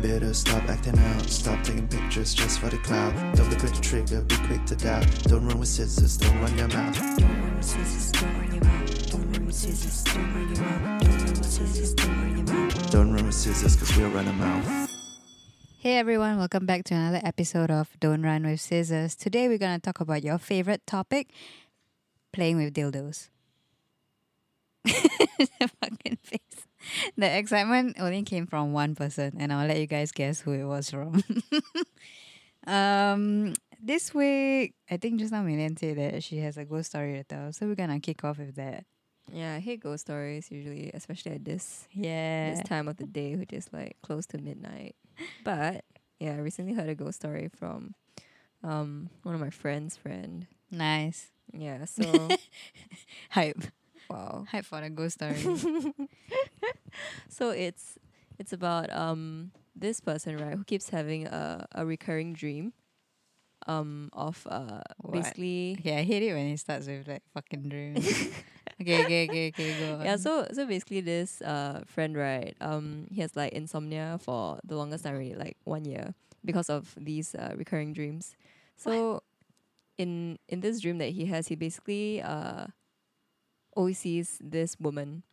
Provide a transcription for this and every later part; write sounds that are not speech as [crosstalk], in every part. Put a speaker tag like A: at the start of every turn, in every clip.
A: Better stop acting out. Stop taking pictures just for the cloud. Don't be quick to trigger, be quick to doubt. Don't run with scissors, don't run your mouth.
B: Don't run with scissors, don't run your mouth. Don't run with scissors, don't run your mouth. Don't run with scissors, don't run your mouth.
A: Don't run with scissors, cause we'll run a mouth.
C: Hey everyone, welcome back to another episode of Don't Run with Scissors. Today we're going to talk about your favorite topic playing with dildos. [laughs] the fucking face. The excitement only came from one person, and I'll let you guys guess who it was from. [laughs] um, this week, I think just now Milan said that she has a ghost story to tell, so we're going to kick off with that.
D: Yeah, I hate ghost stories usually, especially at this
C: Yeah.
D: this time of the day, which is like close to midnight. But yeah, I recently heard a ghost story from um one of my friends' friend.
C: Nice. [laughs]
D: Yeah, so
C: Hype.
D: wow.
C: Hype for the ghost story.
D: So it's it's about um this person right who keeps having a a recurring dream, um of uh
C: What?
D: basically
C: Yeah, I hate it when it starts with like fucking
D: [laughs]
C: dreams. okay, okay, okay, okay, go on.
D: Yeah, so so basically this uh friend right, um he has like insomnia for the longest time already, like one year because of these uh, recurring dreams. So in in this dream that he has, he basically uh always sees this woman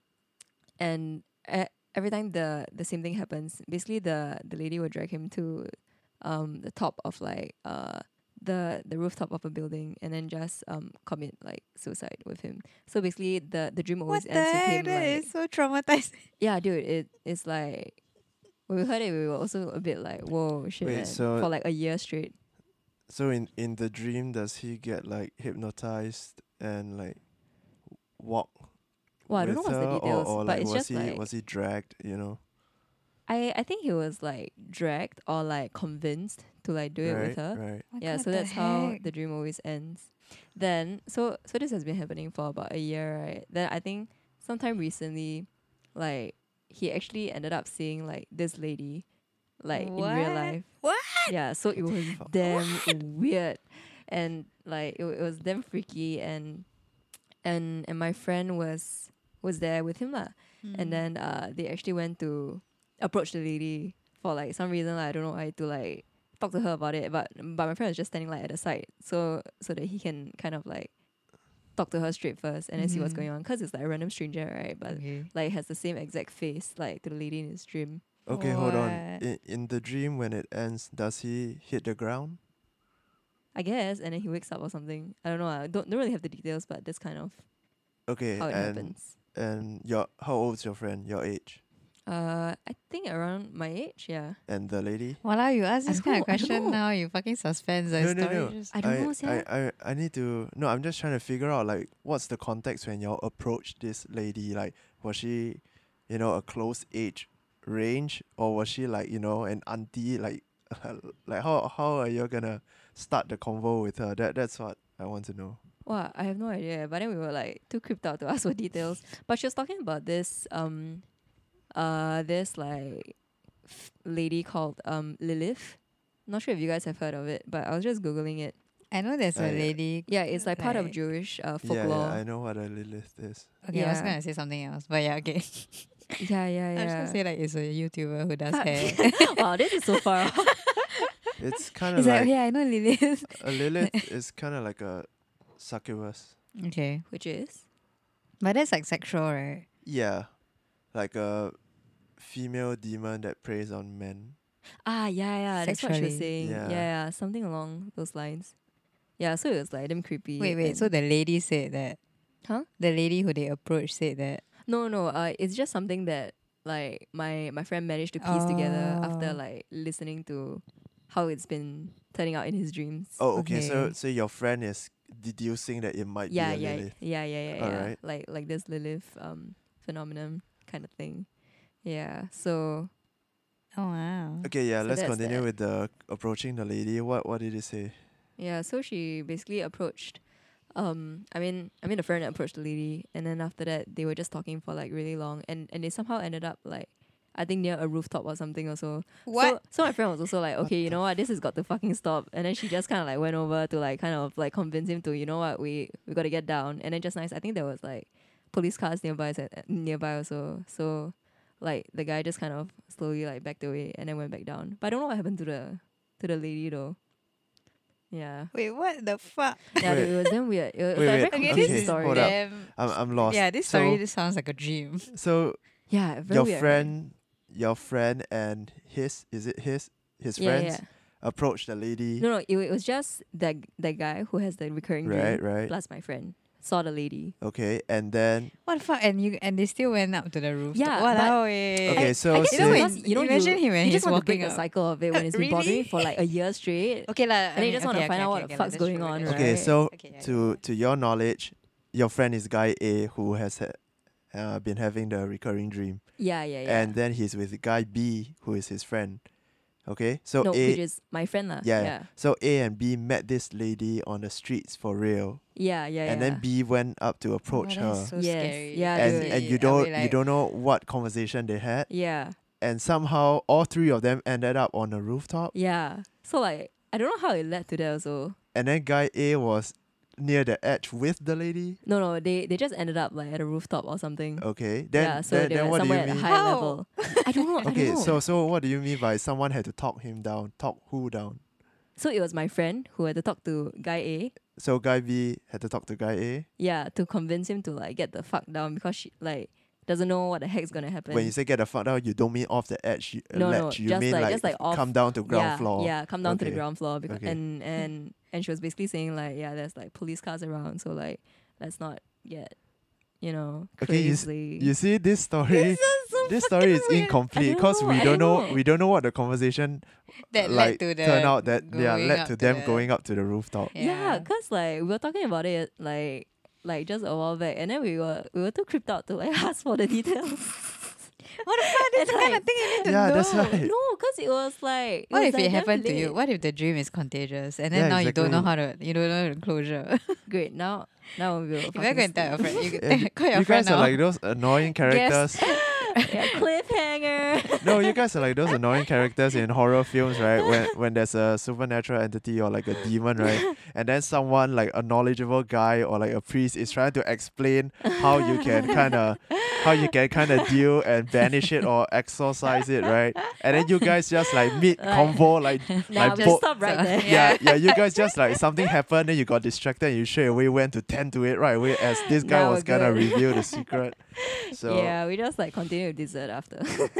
D: and e- every time the the same thing happens, basically the the lady will drag him to um the top of like uh the the rooftop of a building and then just um commit like suicide with him. So basically the the dream
C: what
D: always
C: the
D: ends with
C: heck?
D: him
C: That
D: like
C: is so traumatizing. [laughs]
D: yeah, dude, it it's like when we heard it, we were also a bit like, whoa, shit,
A: Wait,
D: man,"
A: so-
D: for like a year straight.
A: So in in the dream, does he get like hypnotized and like walk?
D: Well, I don't know
A: with
D: what's the
A: her,
D: details,
A: or, or
D: but
A: like
D: it's
A: was
D: just
A: he
D: like-
A: was he dragged? You know,
D: I I think he was like dragged or like convinced to like do
A: right,
D: it with her.
A: right?
C: Oh
D: Yeah, so that's how the dream always ends. Then so so this has been happening for about a year, right? Then I think sometime recently, like he actually ended up seeing like this lady, like in
C: What?
D: real life.
C: What?
D: Yeah, so it
C: [laughs]
D: was damn weird, and like it, wa- it was damn freaky, and and and my friend was was there with him lah,
C: Hmm. Mm.
D: and then uh they actually went to approach the lady for like some reason like, I don't know why to like talk to her about it, but but my friend was just standing like at the side, so so that he can kind of like talk to her straight first and then see what's
C: Mhm.
D: going on, cause it's like a random stranger, right? But
C: okay.
D: uh, like has the same exact face like to the lady in his dream.
A: Okay, hold on.
C: What?
A: In, in the dream, when it ends, does he hit the ground?
D: I guess, and then he wakes up or something. I don't know. I don't, don't really have the details, but that's kind of
A: Okay,
D: how Oh, it
A: and
D: happens.
A: and your how old's your friend? Your age
D: Uh, I think around my age, yeah.
A: and the lady.
C: Walao, you ask
D: I
C: this kind of
D: don't know, I don't
C: question
D: know.
C: now, you fucking suspense the
A: No, no,
C: story.
A: no.
C: Just,
D: I don't know, sia.
A: I, I I need to no. I'm just trying to figure out like what's the context when y'all approached this lady. Like was she, you know, a close age range, or was she like you know an auntie? Like [laughs] like how how are you gonna start the convo with her? That that's what I want to know.
D: Wow, I have no idea. But then we were like too creeped out to ask for details. But she was talking about this um, uh, this like f- lady called um Lilith. Not sure if you guys have heard of it, but I was just googling it.
C: I know there's a
A: I-
C: lady.
D: Yeah, it's like part of
C: Like-
D: Jewish uh,
A: Yeah, yeah,
D: folklore.
A: I know what a Lilith [laughs] is.
C: Okay, I was
D: Yeah.
C: going to say something else, but yeah, okay. [laughs]
D: Yeah, yeah, yeah.
C: I was going to say, like, it's a YouTuber who does
D: Fuck.
C: hair.
D: [laughs] wow, this is so far. off.
A: [laughs]
D: [laughs]
A: It's kind of
C: He's like,
A: like
C: oh, yeah, I know Lilith.
A: a Lilith is kind of like a succubus.
C: okay.
D: Which is
C: But that's like sexual, right?
A: Yeah, like a female demon that preys on men.
D: Ah, yeah, yeah. That's what she was
C: Sexually.
D: saying.
A: Yeah.
D: Yeah. yeah, something along those lines. Yeah, so it was like damn creepy.
C: Wait, wait.
D: and-
C: So the lady said that.
D: Huh?
C: The lady who they approached said that.
D: no, no. Uh, it's just something that like my my friend managed to piece together after
A: Ah.
C: Oh.
D: like listening to how it's been turning out in his dreams.
A: Oh, okay. So
C: Okay.
A: so your friend is deducing that it might
D: yeah,
A: be a
D: yeah,
A: Lilith.
D: yeah, yeah, yeah, yeah.
A: Alright.
D: Like like this Lilith um phenomenon kind of thing. Yeah. So
C: Oh, wow.
A: Okay, yeah.
D: So
A: let's
D: that's
A: continue
D: that.
A: with the approaching the lady. What what did it say?
D: Yeah, so she basically approached um I mean I mean the friend approached the lady and then after that they were just talking for like really long and, and they somehow ended up like I think near a rooftop or something also. So, so my friend was also like, Okay, you know what, this has got to fucking stop and then she just kinda like went over to like kind of like convince him to, you know what, we we gotta get down and then just nice I think there was like police cars nearby as- nearby also. So like the guy just kind of slowly like backed away and then went back down. But I don't know what happened to the to the lady though. Yeah.
C: Wait, what the fuck?
D: Yeah,
A: Wait.
D: dude, it was then weird. It
A: Wait,
D: was like
A: wait,
D: very
A: Okay,
C: Okay,
D: confusing
C: this is
D: story.
A: hold up.
C: damn.
A: I'm I'm lost.
C: Yeah, this
A: so,
C: story just sounds like a dream.
A: So
D: Yeah, very
A: your
D: weird, right?
A: friend, your friend and his is it his his
D: yeah,
A: friends
D: yeah.
A: approached the lady.
D: No, no, it, it was just that that guy who has the recurring
A: right,
D: dream
A: right.
D: plus my friend saw the lady.
A: Okay, and then
C: What the fuck? And you and they still went up to the roof.
D: Yeah, but-
C: Wow.
A: okay,
D: I-
A: so
D: I
C: [laughs]
D: guess
C: You
A: say-
C: know
D: it's
C: when-
D: because, you know,
C: imagine
D: you,
C: him when
D: you just
C: he's
D: want to break
C: walking
D: the
C: up.
D: cycle of it
C: [laughs]
D: when it's been bothering
C: Really?
D: for like a year straight.
C: Okay, la, I
D: And you
C: mean,
D: just
C: okay,
D: wanna
C: okay,
D: find out
C: okay,
D: what the
C: okay, la,
D: fuck's
C: that's
D: going
C: true,
D: on,
C: that's true.
A: okay,
D: right?
A: so
C: Okay, yeah,
A: to to your knowledge, your friend is guy A who has ha- uh, been having the recurring dream,
D: Yeah, yeah, yeah.
A: and then he's with guy B who is his friend. Okay, so
D: no,
A: A
D: which is my friend lah.
A: yeah,
D: yeah,
A: so A and B met this lady on the streets for real,
D: yeah, yeah.
A: and
D: yeah.
A: then B went up to approach
C: oh,
A: her.
C: That's so
D: Yes,
C: scary.
D: yeah,
C: I
A: and
D: dude.
A: and
C: see.
A: you
C: I'll
A: don't
C: be
A: you
C: like, [laughs]
A: don't know what conversation they had
D: yeah,
A: and somehow all three of them ended up on a rooftop
D: yeah. So like, I don't know how it led to that. Also,
A: and then guy A was near the edge with the lady
D: no, no, they they just ended up like at a rooftop or something.
A: okay then
D: yeah, so
A: then,
D: they
A: then
D: were
A: what do
D: somewhere
A: you
D: at a
A: mean
D: high
C: How?
D: level. I don't
A: [laughs]
D: know. I
A: okay
D: don't know.
A: so so what do you mean by someone had to talk him down talk who down
D: so it was my friend who had to talk to guy A.
A: so guy B had to talk to guy A
D: Yeah, to convince him to like get the fuck down because she like doesn't know what the heck's gonna happen.
A: when you say get the fuck down you don't mean off the edge you, uh,
D: No, no,
A: ledge you
D: just
A: mean
D: like- just like off-
A: come down to ground
D: yeah,
A: floor
D: Yeah, come down to the
A: Okay.
D: ground floor because
A: Okay.
D: and and and she was basically saying like, yeah, there's like police cars around, so like let's not get you know
A: Okay, you s-
D: crazy.
A: you see this [laughs] story this story is incomplete
D: don't
A: because
D: know,
A: we
D: I
A: don't
D: don't
A: know,
D: know.
A: we don't know what the conversation
C: That led
A: like
C: to the
A: turn out that they are
C: going
A: led
C: up
A: to
C: to
A: them
C: the-
A: going up to the rooftop.
D: [laughs] yeah, cause like we were talking about it like like just a while back, and then we were we were too creeped out to like [laughs] ask for
A: [laughs]
D: the details.
C: What the fuck? That's the kind of thing you need to
A: Yeah,
C: know.
A: that's right.
D: no, cause it was like it
C: What
D: was,
C: if
D: like,
C: it
D: damn
C: happened to
D: late.
C: you? What if the dream is contagious and then
A: Yeah,
C: now you don't know how
A: exactly.
C: to you don't know the closure? [laughs]
D: Great now now we will.
C: if I go and tell your friend,
A: [laughs]
C: you
A: And
C: can call your
A: you
C: friend
A: guys
C: now.
A: are like those
D: [laughs]
A: annoying characters.
D: yeah, cliffhanger.
A: no, you guys are like those annoying characters in horror films, right? When when there's a supernatural entity or like a demon, right? And then someone like a knowledgeable guy or like a priest is trying to explain how you can kind of how you can kind of deal and banish it or exorcise it, right? And then you guys just like mid convo, [laughs] like [laughs]
D: Now
A: like
D: just
A: bo-
D: stop right there.
A: yeah, yeah. You guys just like something happened, then you got distracted, and you straight away went to tend to it right away as this guy
D: Now
A: was
D: we're
A: gonna
D: good.
A: reveal the secret. So yeah,
D: yeah, we just like continue with dessert after. [laughs]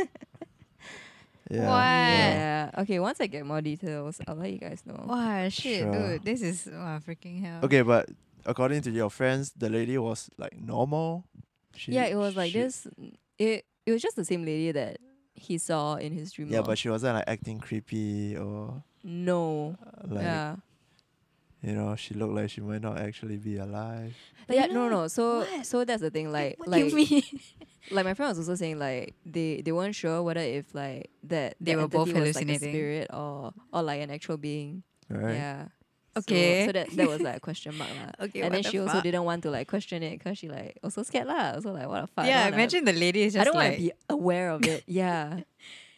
A: yeah.
D: yeah. Okay, once I get more details, I'll let you guys know.
C: [laughs] Wow, shit,
A: Sure.
C: dude, this is wow, freaking
D: Uh-huh.
C: hell.
A: Okay, but according to your friends, the lady was like normal. She,
D: yeah, it was like
A: she-
D: this. It it was just the same lady that he saw in his dream.
A: Yeah,
D: lor.
A: but she wasn't like acting creepy or
D: no.
A: uh, like
D: yeah.
A: you know she looked like she might not actually be alive.
D: But yeah, no, no. So
C: What?
D: so that's the thing. Like
C: what
D: like
C: do you mean? [laughs]
D: like my friend was also saying like they they weren't sure whether if like that
C: They
D: that
C: were both
D: entity was, like, a
C: hallucinating.
D: spirit or or like an actual being.
A: Right.
D: Yeah.
C: Okay.
D: So, so that that was like a question mark lah.
C: Okay,
D: And
C: what
D: then
C: the
D: she also
C: fuck?
D: didn't want to like question it because she like also scared lah. Also like what the fuck. I
C: yeah,
D: don't wanna-
C: imagine the lady is just
D: I don't
C: like
D: want to be aware
C: [laughs]
D: of it. Yeah.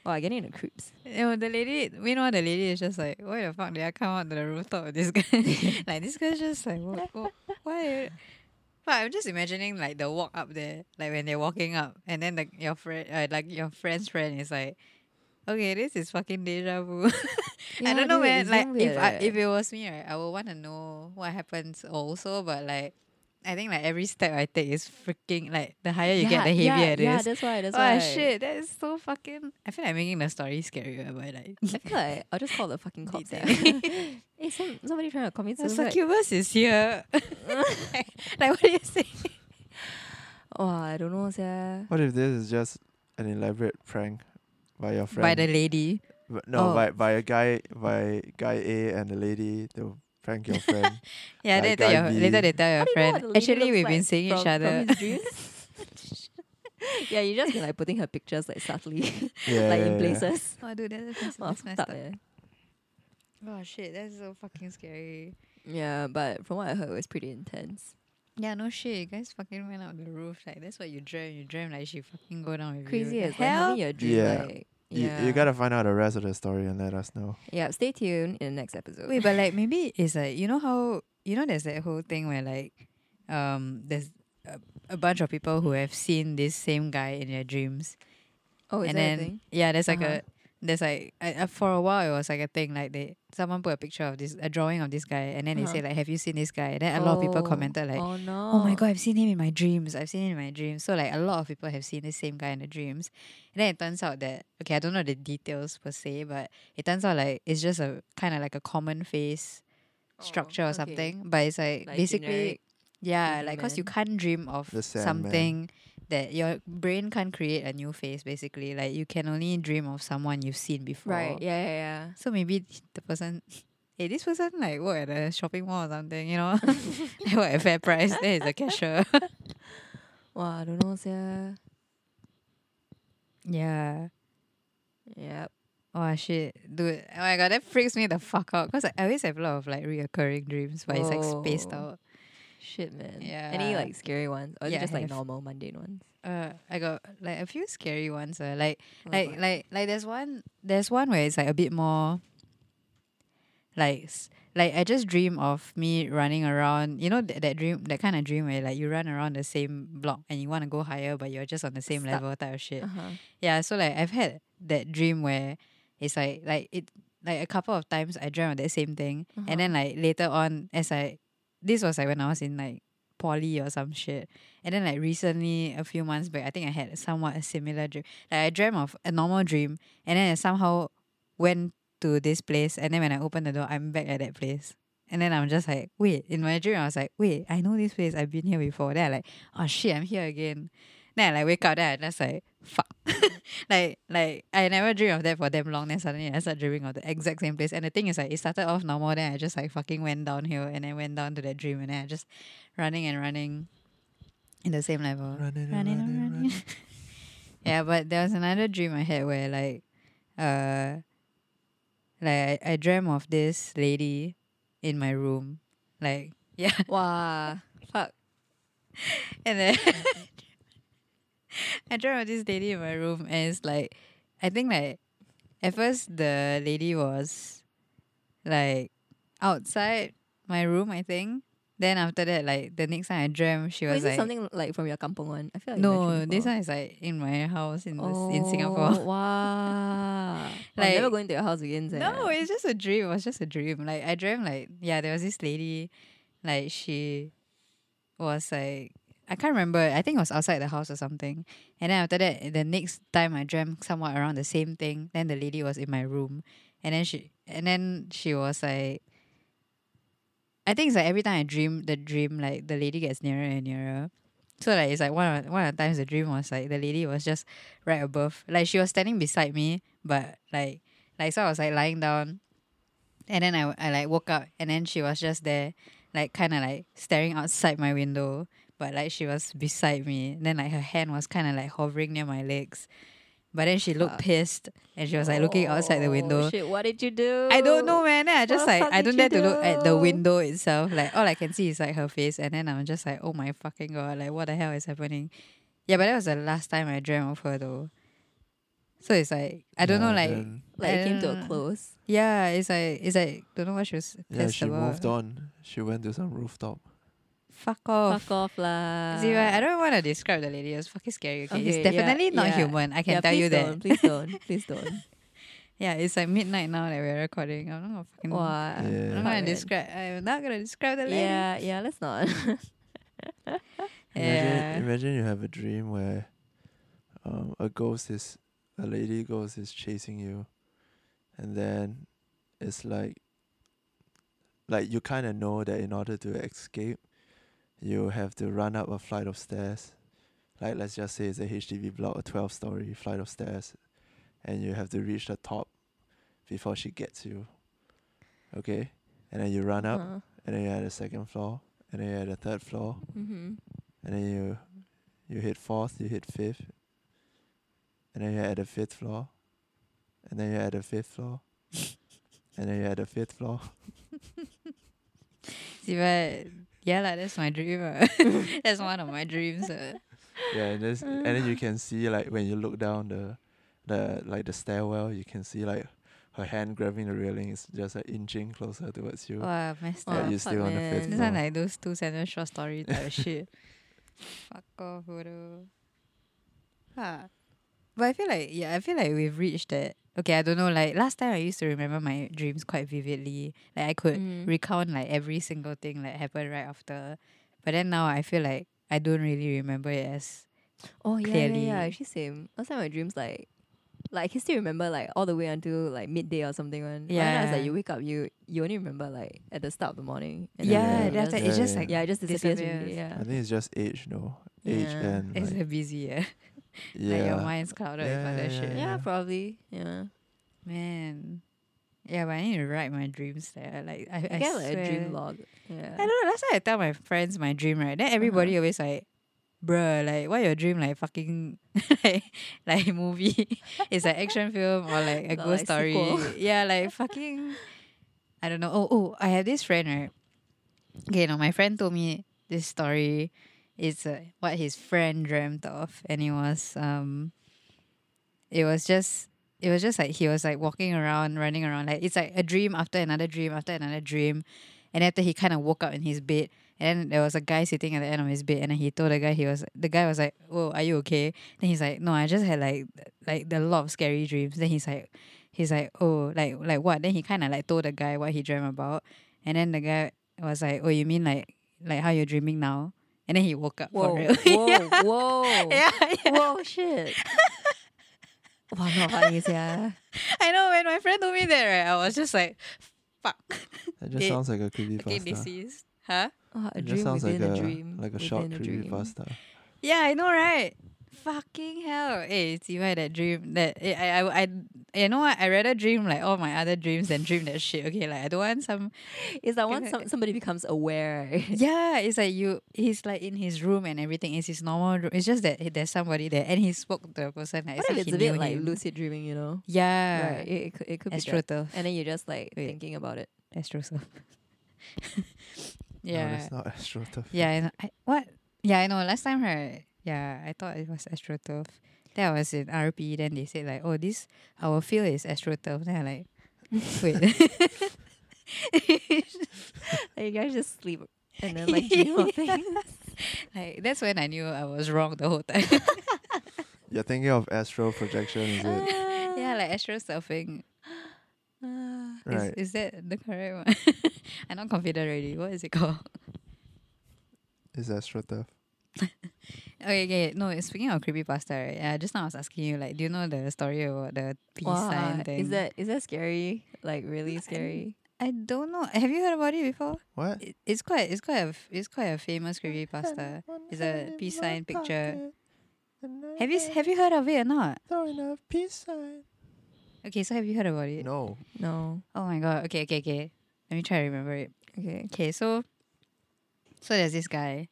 D: Oh, I getting into creeps.
C: you know, the lady meanwhile the lady is just like, Why the fuck did I come out to the rooftop with this guy? [laughs] like this guy's just like what, what why but I'm just imagining like the walk up there, like when they're walking up and then like your friend uh, like your friend's friend is like Okay, this is fucking deja vu. [laughs] I
D: Yeah,
C: don't know
D: dude,
C: man.
D: it's
C: Like
D: damn
C: if I,
D: weird.
C: if it was me, right, I would want to know what happens also. But like, I think like every step I take is freaking like the higher you get, the heavier
D: yeah,
C: it is.
D: Yeah, that's why. That's
C: oh
D: why.
C: shit, that is so fucking. I feel like making the story scarier by [laughs] like.
D: I feel like I'll just call the fucking cops.
C: Did
D: eh.
C: [laughs]
D: hey, some, somebody trying to commit
C: The
D: suicide.
C: succubus is here. [laughs] like what do you say?
D: Oh, I don't know, sia.
A: What if this is just an elaborate prank by your friend?
C: By the lady.
A: But no,
D: Oh.
A: by by a guy by guy A and the lady to prank your friend.
C: Yeah,
A: By
C: they tell your,
A: Gabi.
C: later they tell
D: How
C: your
D: do you know what the
C: friend.
D: lady
C: Actually,
D: looks
C: we've been
D: like
C: seeing
D: from-
C: each
D: from
C: other.
D: his
C: [laughs]
D: dreams? [laughs] yeah, you just been like putting her pictures like subtly, [laughs]
A: yeah,
D: [laughs] like in
A: yeah, yeah.
D: places.
C: Oh, dude, that's, that's,
D: Oh, fucked up, eh.
C: Oh shit, that's so fucking scary.
D: Yeah, but from what I heard, it was pretty intense.
C: Yeah, no shit. You guys fucking went up the roof. Like that's what you dream. You dream like she fucking go down with
D: Crazy
C: you.
D: as like
C: hell.
D: having your dream.
A: Yeah.
D: Like,
A: You,
D: yeah.
A: you gotta find out the rest of the story and let us know.
D: Yeah, stay tuned in the next episode.
C: Wait, but like maybe it's like you know how you know there's that whole thing where like um there's a, a bunch of people who have seen this same guy in their dreams,
D: Oh, is
C: and
D: that a
C: then
D: thing?
C: yeah, there's like
D: Uh-huh.
C: a there's like I, I, for a while it was like a thing like they someone put a picture of this a drawing of this guy and then
D: Uh-huh.
C: they say like have you seen this guy and then a lot of people
D: Oh,
C: commented like
D: oh no,
C: oh my god I've seen him in my dreams I've seen him in my dreams so like a lot of people have seen the same guy in the dreams and then it turns out that okay I don't know the details per se but it turns out like it's just a kind of like a common face
D: Oh,
C: structure or
D: okay.
C: something but it's like,
D: Like
C: basically
D: generic.
C: yeah,
D: Sandman.
C: like because you can't dream of
A: The Sandman.
C: something that your brain can't create a new face. Basically, like you can only dream of someone you've seen before.
D: right? Yeah, yeah, yeah.
C: So maybe the person, hey, this person like work at a shopping mall or something. You know, [laughs] they work at FairPrice. There is a cashier. [laughs]
D: Wow, I don't know, sia.
C: yeah.
D: Yep.
C: Oh shit, dude! Oh my god, that freaks me the fuck out. Cause I always have a lot of like reoccurring dreams, but it's like spaced
D: Oh.
C: out.
D: Shit, man. Any
C: Yeah.
D: like scary ones, or is
C: Yeah,
D: it
C: I
D: just like
C: [laughs] have.
D: normal mundane ones?
C: Uh, I got like a few scary ones. Uh, like
D: Oh my
C: like
D: God.
C: like like there's one there's one where it's like a bit more like s- like I just dream of me running around you know that, that dream that kind of dream where like you run around the same block and you want to go higher but you're just on the same
D: Stuck.
C: level type of shit [laughs]
D: Uh-huh.
C: yeah so like I've had that dream where it's like like it like a couple of times I dreamt of that same thing
D: Uh-huh.
C: and then like later on as I this was like when I was in like poly or some shit and then like recently a few months back I think I had somewhat a similar dream like I dreamt of a normal dream and then I somehow went to this place and then when I opened the door I'm back at that place and then I'm just like wait in my dream I was like wait I know this place I've been here before then I like oh shit I'm here again then I like wake up then I just like fuck [laughs] like like I never dream of that for damn long. Then suddenly I start dreaming of the exact same place. And the thing is like it started off normal, then I just like fucking went downhill and I went down to that dream and then I just running and running in the same level.
A: Running and
C: running,
A: running,
C: and
A: running.
C: [laughs] yeah, but there was another dream I had where like uh like I, I dream of this lady in my room. Like yeah.
D: Wow. Fuck.
C: And then [laughs] I dreamt of this lady in my room, and it's like, I think like at first the lady was like outside my room, I think. Then after that, like the next time I dreamt, she
D: Wait,
C: was
D: Oh, is it
C: like,
D: something like from your kampong one? I feel like
C: no, this one is like in my house in this, in Singapore.
D: Oh.
C: [laughs]
D: Wow. I'm
C: Like-
D: never going to your house again. sia.
C: No, it's just a dream. It was just a dream. Like I dreamt like yeah, there was this lady, like she was like I can't remember. I think it was outside the house or something. And then after that, the next time I dreamt somewhat around the same thing. Then the lady was in my room, and then she and then she was like. I think it's like every time I dream the dream, like the lady gets nearer and nearer. So like it's like one of one of the times the dream was like the lady was just right above, like she was standing beside me, but like like so I was like lying down, and then I I like woke up, and then she was just there, like kind of like staring outside my window, but like she was beside me. Then like her hand was kind of like hovering near my legs, but then she looked
D: Fuck.
C: pissed, and she was like looking outside the
D: Oh,
C: window.
D: Shit, what did you do?
C: I don't know, man. Then I just
D: the
C: like
D: fuck
C: I
D: did
C: don't
D: you
C: dare to look at the
D: do?
C: window itself. Like all I can see is like her face, and then I'm just like, oh my fucking god, like what the hell is happening? Yeah, but that was the last time I dreamt of her though. So it's like I don't
A: Yeah,
C: know, like
A: then-
D: Like it came to a
C: Uh,
D: close.
C: yeah, it's like it's like don't know what she was
A: yeah,
C: pissed
A: she
C: about.
A: moved on. She went to some rooftop.
C: Fuck off.
D: Fuck off lah.
C: See, right, I don't want to describe the lady. It's fucking scary. Okay,
D: Okay,
C: it's
D: yeah,
C: definitely not
D: yeah.
C: human. I can
D: Yeah,
C: tell
D: please
C: you that.
D: Don't, please don't. [laughs] Please don't.
C: Yeah, it's like midnight now that we're recording. I'm not gonna fucking.
D: Wah.
A: Yeah.
C: I'm not
D: fuck,
C: gonna
D: man.
C: describe. I'm not gonna describe the lady.
D: Yeah, yeah. Let's not.
C: Yeah.
A: Imagine, imagine you have a dream where um, a ghost is a lady ghost is chasing you, and then it's like like you kind of know that in order to escape, you have to run up a flight of stairs. Like let's just say it's a HDB block, a twelve story flight of stairs, and you have to reach the top before she gets you. Okay, and then you run
D: [laughs]
A: up,
D: Huh.
A: and then you had a second floor, and then you had a third floor
D: Mhm.
A: and then you you hit fourth, you hit fifth, and then you're at the fifth floor, and then you're at the fifth floor, [laughs] and then you're at the fifth
D: [laughs]
A: floor.
C: See, but yeah, like that's my dream. ah. [laughs] that's one of my dreams. ah.
A: Yeah, and this and then you can see like when you look down the the like the stairwell, you can see like her hand grabbing the railing is just like inching closer towards you.
C: Wow, messed
A: Yeah,
C: up.
A: you
D: fuck,
A: still on the fifth
D: man.
C: This
A: floor.
C: one like those two sentence short [laughs] story type of shit. Fuck off, bro. Huh. But I feel like yeah, I feel like we've reached that. Okay, I don't know. Like last time, I used to remember my dreams quite vividly. Like I could
D: Mm.
C: recount like every single thing that happened right after. But then now I feel like I don't really remember it as
D: Oh yeah, yeah,
C: Clearly.
D: yeah. Actually, same. Last time my dreams like, like I can still remember like all the way until like midday or something. One. But then it's
C: Yeah.
D: like you wake up, you you only remember like at the start of the morning. and then
C: yeah.
A: Yeah.
D: it
C: That's
D: just-
C: like, it's
A: Yeah,
C: just
A: yeah.
C: like
D: yeah, it just disappears.
C: disappears.
D: Really, yeah.
A: I think it's just age, though. Age
D: Yeah.
A: and
C: it's
A: like,
C: a busy year.
A: yeah,
C: Like your mind's clouded with other
A: Yeah,
C: shit.
D: yeah,
A: yeah.
D: probably. Yeah.
C: Man. Yeah, but I need to write my dreams there. Like I,
D: I
C: I
D: get like a
C: swear.
D: dream log. Yeah.
C: I don't know. Last time I tell my friends my dream, right? Then everybody always like, bruh, like, what your dream? Like, fucking, like, [laughs] like movie. it's like action film or like a
D: Or
C: ghost
D: like
C: story.
D: sequel.
C: [laughs] Yeah, like, fucking, I don't know. Oh, oh, I have this friend, right? Okay, now my friend told me this story. It's uh, what his friend dreamt of, and it was, um, it was just it was just like he was like walking around, running around. Like it's like a dream after another dream after another dream. And after he kind of woke up in his bed, and then there was a guy sitting at the end of his bed, and then he told the guy he was the guy was like, "Oh, are you okay?" Then he's like, "No, I just had like like a lot of scary dreams." Then he's like, he's like, "Oh, like like what?" Then he kind of like told the guy what he dreamt about, and then the guy was like, "Oh, you mean like like how you're dreaming now?" And then he woke up
D: Whoa,
C: for real. [laughs]
D: whoa, whoa,
C: yeah, yeah.
D: whoa, [laughs] shit. wow, not funny, yeah.
C: I know when my friend told me that, right, I was just like, fuck.
A: That just
C: It-
A: sounds like a creepy
C: Okay,
A: pasta.
C: deceased. Huh?
D: Oh, a
A: It
D: dream
A: just sounds like
D: within
A: a,
D: a, dream.
A: like a
D: within
A: short
D: a
A: creepy
D: dream. [laughs]
A: pasta.
C: Yeah, I know, right? Fucking hell. Hey, see why that dream that eh, I, I I you know what? I rather dream like all my other dreams than dream that shit. Okay, like I don't want
D: [laughs]
C: some
D: It's like once
C: Kinda-
D: some, somebody becomes [laughs] aware. right?
C: Yeah, it's like you he's like in his room and everything. It's his normal room. It's just that he- there's somebody there and he spoke to the person like,
D: what
C: as
D: if
C: if
D: it's
C: he
D: a bit
C: knew
D: like
C: him.
D: lucid dreaming, you know?
C: Yeah.
D: Right. It, it, could- it could be that.
C: AstroTurf.
D: And then you're just like
C: Wait.
D: thinking about it.
C: AstroTurf. [laughs]
A: No,
C: yeah.
A: that's not [laughs] astroturf.
C: Yeah, I know. I, what? Yeah, I know. Last time, right? Yeah, I thought it was astroturf. Then I was in RP. Then they said like, "Oh, this our field is astroturf." Then I like, [laughs] wait.
D: [laughs] Like you guys just sleep [laughs] and then [laughs] like dream of
C: [laughs] Yeah.
D: things.
C: like that's when I knew I was wrong the whole time. [laughs]
A: You're thinking of astral projection, [laughs] is it?
D: [laughs]
C: yeah, like astro surfing.
D: [sighs]
A: Right.
C: [laughs] Is, is that the correct one? [laughs] I'm not confident already. What is it called? [laughs]
A: Is astroturf.
C: Okay, okay. No, it's- speaking of creepypasta, right? Yeah, just now I was asking you, like, do you know the story about the peace
D: Wow,
C: sign thing?
D: is that is that scary? Like really scary?
C: I don't know. Have you heard about it before?
A: What?
C: It, it's quite it's quite a f- it's quite a famous creepypasta. It's a peace sign picture. Have you s- have you heard of it or not?
A: Throwing a peace sign.
C: Okay, so have you heard about it?
A: No.
D: No.
C: Oh my god. Okay, okay, okay. Let me try to remember it.
D: Okay.
C: Okay, so so there's this guy,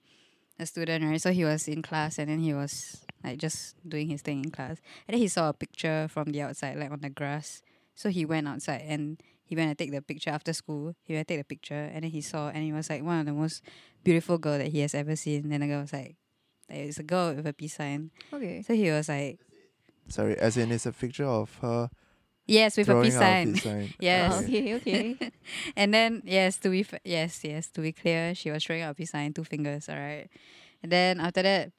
C: a student, right? So he was in class and then he was like just doing his thing in class. And then he saw a picture from the outside, like on the grass. So he went outside and he went to take the picture after school. He went to take the picture and then he saw and it was like one of the most beautiful girl that he has ever seen. Then the girl was like, like it's a girl with a peace sign.
D: Okay. [laughs]
C: So he was like,
A: Sorry, as in it's a picture of her
C: yes, with a
A: throwing
C: peace
A: out a
C: sign.
A: peace
C: [laughs]
A: sign.
C: Yes.
A: Okay.
D: Okay, okay.
C: [laughs] And then yes, to be f- yes, yes, to be clear, she was showing up peace sign, two fingers, alright. And then after that,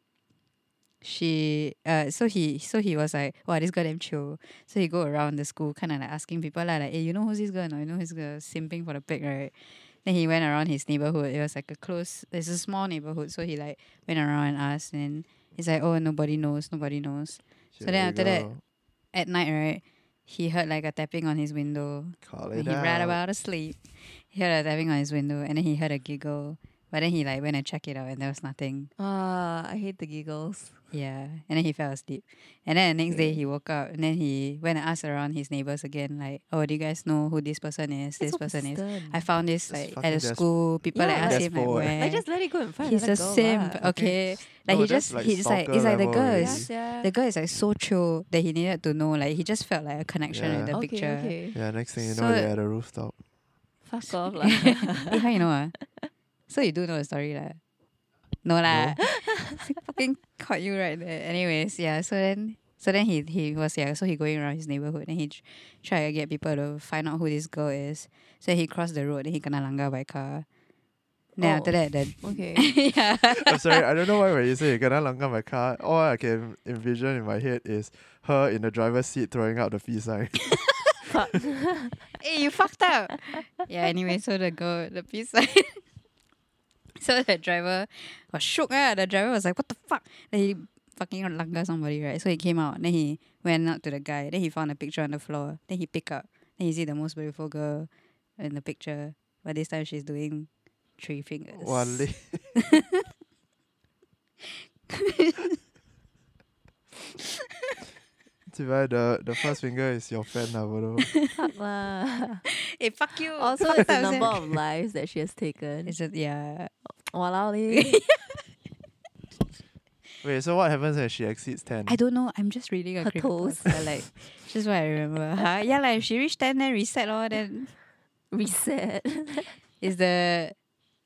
C: she uh so he so he was like, Wow, this girl damn chill. So he go around the school kinda like asking people lah, like, Hey, you know who's this girl? No, you know who's this girl simping for the pig, right? Then he went around his neighborhood. It was like a close it's a small neighborhood, so he like went around and asked and he's like, Oh, nobody knows, nobody knows. So then
A: Here we
C: after that,
A: go.
C: At night, right? He heard like a tapping on his window.
A: call
C: When
A: it
C: he ran
A: out.
D: uh,
C: about asleep. He heard a tapping on his window and then he heard a giggle. But then he like went and checked it out and there was nothing.
D: [laughs] Ah, I hate the giggles.
C: Yeah. And then he fell asleep. And then the next day he woke up and then he went and asked around his neighbors again, like, Oh, do you guys know who this person is? This
D: so
C: person is
D: distant.
C: I found this
A: That's
C: like at
A: fucking
C: a
A: desp-
C: school. People
D: Yeah.
C: like asked him like
A: Despo, eh?
C: where.
D: Like just let it go and find
C: he's
D: another
C: a
D: girl
C: simp,
D: lah.
C: okay? Like
A: No,
C: he
A: Oh, that's
C: just
A: like
C: he's like
A: stalker
C: it's like the
A: level
C: girl
A: already.
D: Yeah,
C: is
D: sia.
C: the girl is like so chill that he needed to know. Like he just felt like a connection
A: Yeah.
C: with the
D: okay,
C: picture.
D: Okay.
A: Yeah, next thing you know,
C: So-
A: you're at a rooftop.
D: Fuck [laughs] off
C: Eh,
D: lah.
C: [laughs] how you know ah? So you do know the story lah. No lah. [laughs] Fucking caught you right there. Anyways, yeah. So then, so then he he was yeah. So he going around his neighborhood and he tr- try to get people to find out who this girl is. So he crossed the [laughs] road and he kena langgar by car.
E: Then
D: Oh.
E: after
A: [laughs]
E: that, then
D: Okay.
C: yeah.
A: I'm sorry, I don't know why when you say you kena langgar my car, all I can envision in my head is her in the driver's seat throwing out the peace sign. [laughs]
C: hey, you fucked up. yeah, anyway, so the girl, the peace sign. [laughs] so the driver was shook. Ah. The driver was like, what the fuck? Then he fucking langgar somebody, right? So he came out. Then he went up to the guy. Then he found a picture on the floor. Then he picked up. Then he see the most beautiful girl in the picture. But this time she's doing three fingers. [laughs]
A: Wale. Too bad the, the first finger is your friend lah,
C: [laughs]
A: bro.
D: [laughs] Fuck lah.
C: Hey, fuck you.
D: Also,
C: Fuck
D: it's
C: that,
D: the number
C: Zach.
D: of lives that she has taken.
C: It's just, yeah.
D: Walao
C: [laughs]
D: leh.
A: Wait, so what happens when she exceeds 10?
C: I don't know. I'm just reading a
D: Her
C: creepy
D: toes.
C: but like, just what I remember. Huh? Yeah, like if she reached ten, then reset lor. Then
D: [laughs] Reset.
C: is the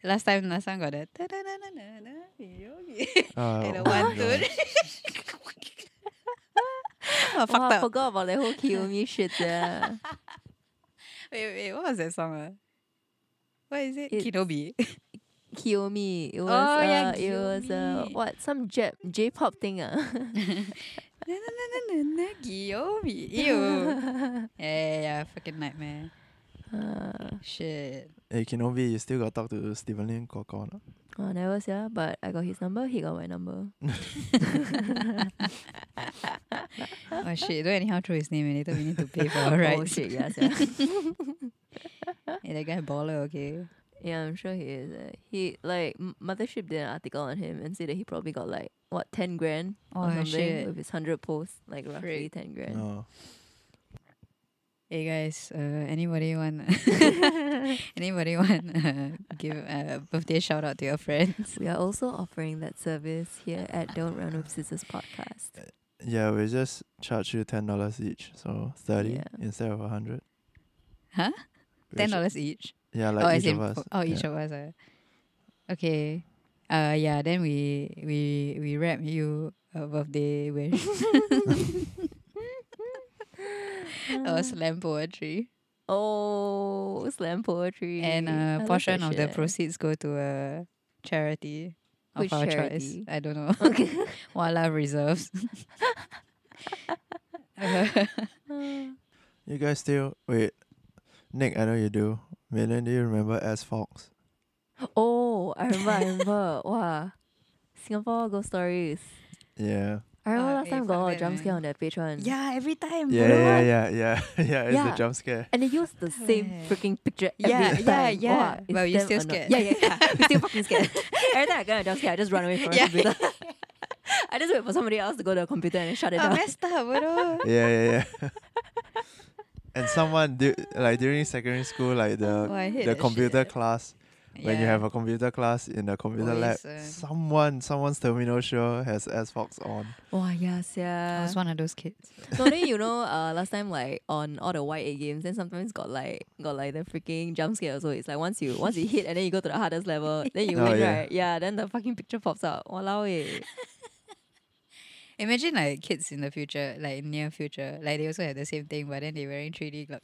C: last time last time got the da-da-da-da-da-da, yogi. [laughs]
A: Uh,
C: and a
A: oh
C: one
A: my
C: two.
A: God.
C: [laughs] oh, fucked
D: Wow, I
C: up.
D: forgot about that
C: [laughs]
D: whole Kiyomi shit there.
C: Wait, wait, what was that song? Ah, what is it?
D: It's-
C: Kinobi. [laughs]
D: Kiyomi. It was,
C: Oh,
D: uh,
C: yeah,
D: it was uh,
C: Kiyomi.
D: what? Some J- J-pop thing. Uh.
C: Na-na-na-na-na-na, Kiyomi. Ew. Yeah, yeah, yeah. Fucking nightmare.
D: [laughs] uh, [laughs]
C: Shit.
A: Hey, Kinobi, you still got to talk to Stephen Lin Koko or not?
D: oh, never, yeah. But I got his number, he got my number.
C: Oh shit. Don't anyhow throw his name in. Later we need to pay for our
D: [laughs] Oh,
C: rights.
D: shit, yeah, sia.
C: [laughs] Hey, that guy baller, okay?
D: Yeah, I'm sure he is. eh. He like M- Mothership did an article on him and said that he probably got like what ten grand or
C: Oh,
D: something
C: shit.
D: with his hundred posts, like roughly
C: Freak.
D: ten grand.
A: No.
C: Hey guys, uh, anybody
A: [laughs]
C: want [laughs]
D: [laughs]
C: anybody want uh, give a birthday shout out to your friends?
D: We are also offering that service here at Don't Run with Scissors podcast.
A: Yeah, we just charge you $10 each. So 30
D: Yeah.
A: instead of 100
C: Huh?
A: We
C: Ten
A: should-
C: dollars each.
A: Yeah, like
C: oh, as
A: each of
C: in
A: us.
C: for- Oh, each
A: yeah.
C: of us. Uh. Okay. Uh, yeah. Then we we we wrap you a birthday wish.
A: [laughs]
C: Uh,
D: [laughs]
C: or slam poetry
D: Oh, slam poetry
C: and
D: I
C: a
D: love
C: portion
D: that
C: of the
D: shit.
C: proceeds go to a charity of
D: Which
C: our choice.
D: charity?
C: I don't know. [laughs] Okay.
A: [laughs]
C: Wildlife reserves. [laughs] Uh,
A: You guys still. Wait. Nick, I know you do. Million, do you remember S Fox?
D: [gasps] Oh, I remember, I remember. [laughs] wow, Singapore ghost stories.
A: Yeah.
D: I remember
C: Ah,
D: last
C: eh,
D: time
C: fuck
D: got a lot
C: that,
D: of jump scare
C: man.
D: on that page one.
C: [laughs] yeah, every time.
A: Yeah,
C: bro.
A: yeah, yeah, yeah. [laughs] Yeah, it's
D: Yeah.
A: the jump scare.
D: And they use the same
C: Yeah.
D: freaking picture
C: Yeah,
D: every
C: yeah,
D: time.
C: yeah.
D: Wow, it's
C: But you're
D: damn
C: still
D: annoying.
C: scared.
D: Yeah,
C: [laughs]
D: yeah, yeah. I'm still fucking scared. every time I go to jump scare, I just run away from
C: Yeah.
D: the computer. [laughs] I just wait for somebody else to go to the computer and shut it
C: I
D: down.
C: messed up, bro.
A: Yeah, yeah, yeah. and someone do like during secondary school, like the
C: Oh, I hate
A: the
C: that
A: computer
C: shit.
A: class. [laughs] When you have a computer class in the computer lab,
C: Always, uh,
A: someone someone's terminal show has S Fox on.
D: Wow, yes,
C: I
D: yeah.
C: was one of those kids.
D: So then you know, uh, last time like on all the YA games, then sometimes got like got like the freaking jump scare also. It's like once you once you hit and then you go to the hardest level, then you
A: Oh,
D: win,
A: yeah.
D: right? Yeah, then the fucking picture pops up. Walao
C: [laughs]
D: eh.
C: Imagine like kids in the future, like near future, like they also have the same thing, but then they're wearing 3D glo-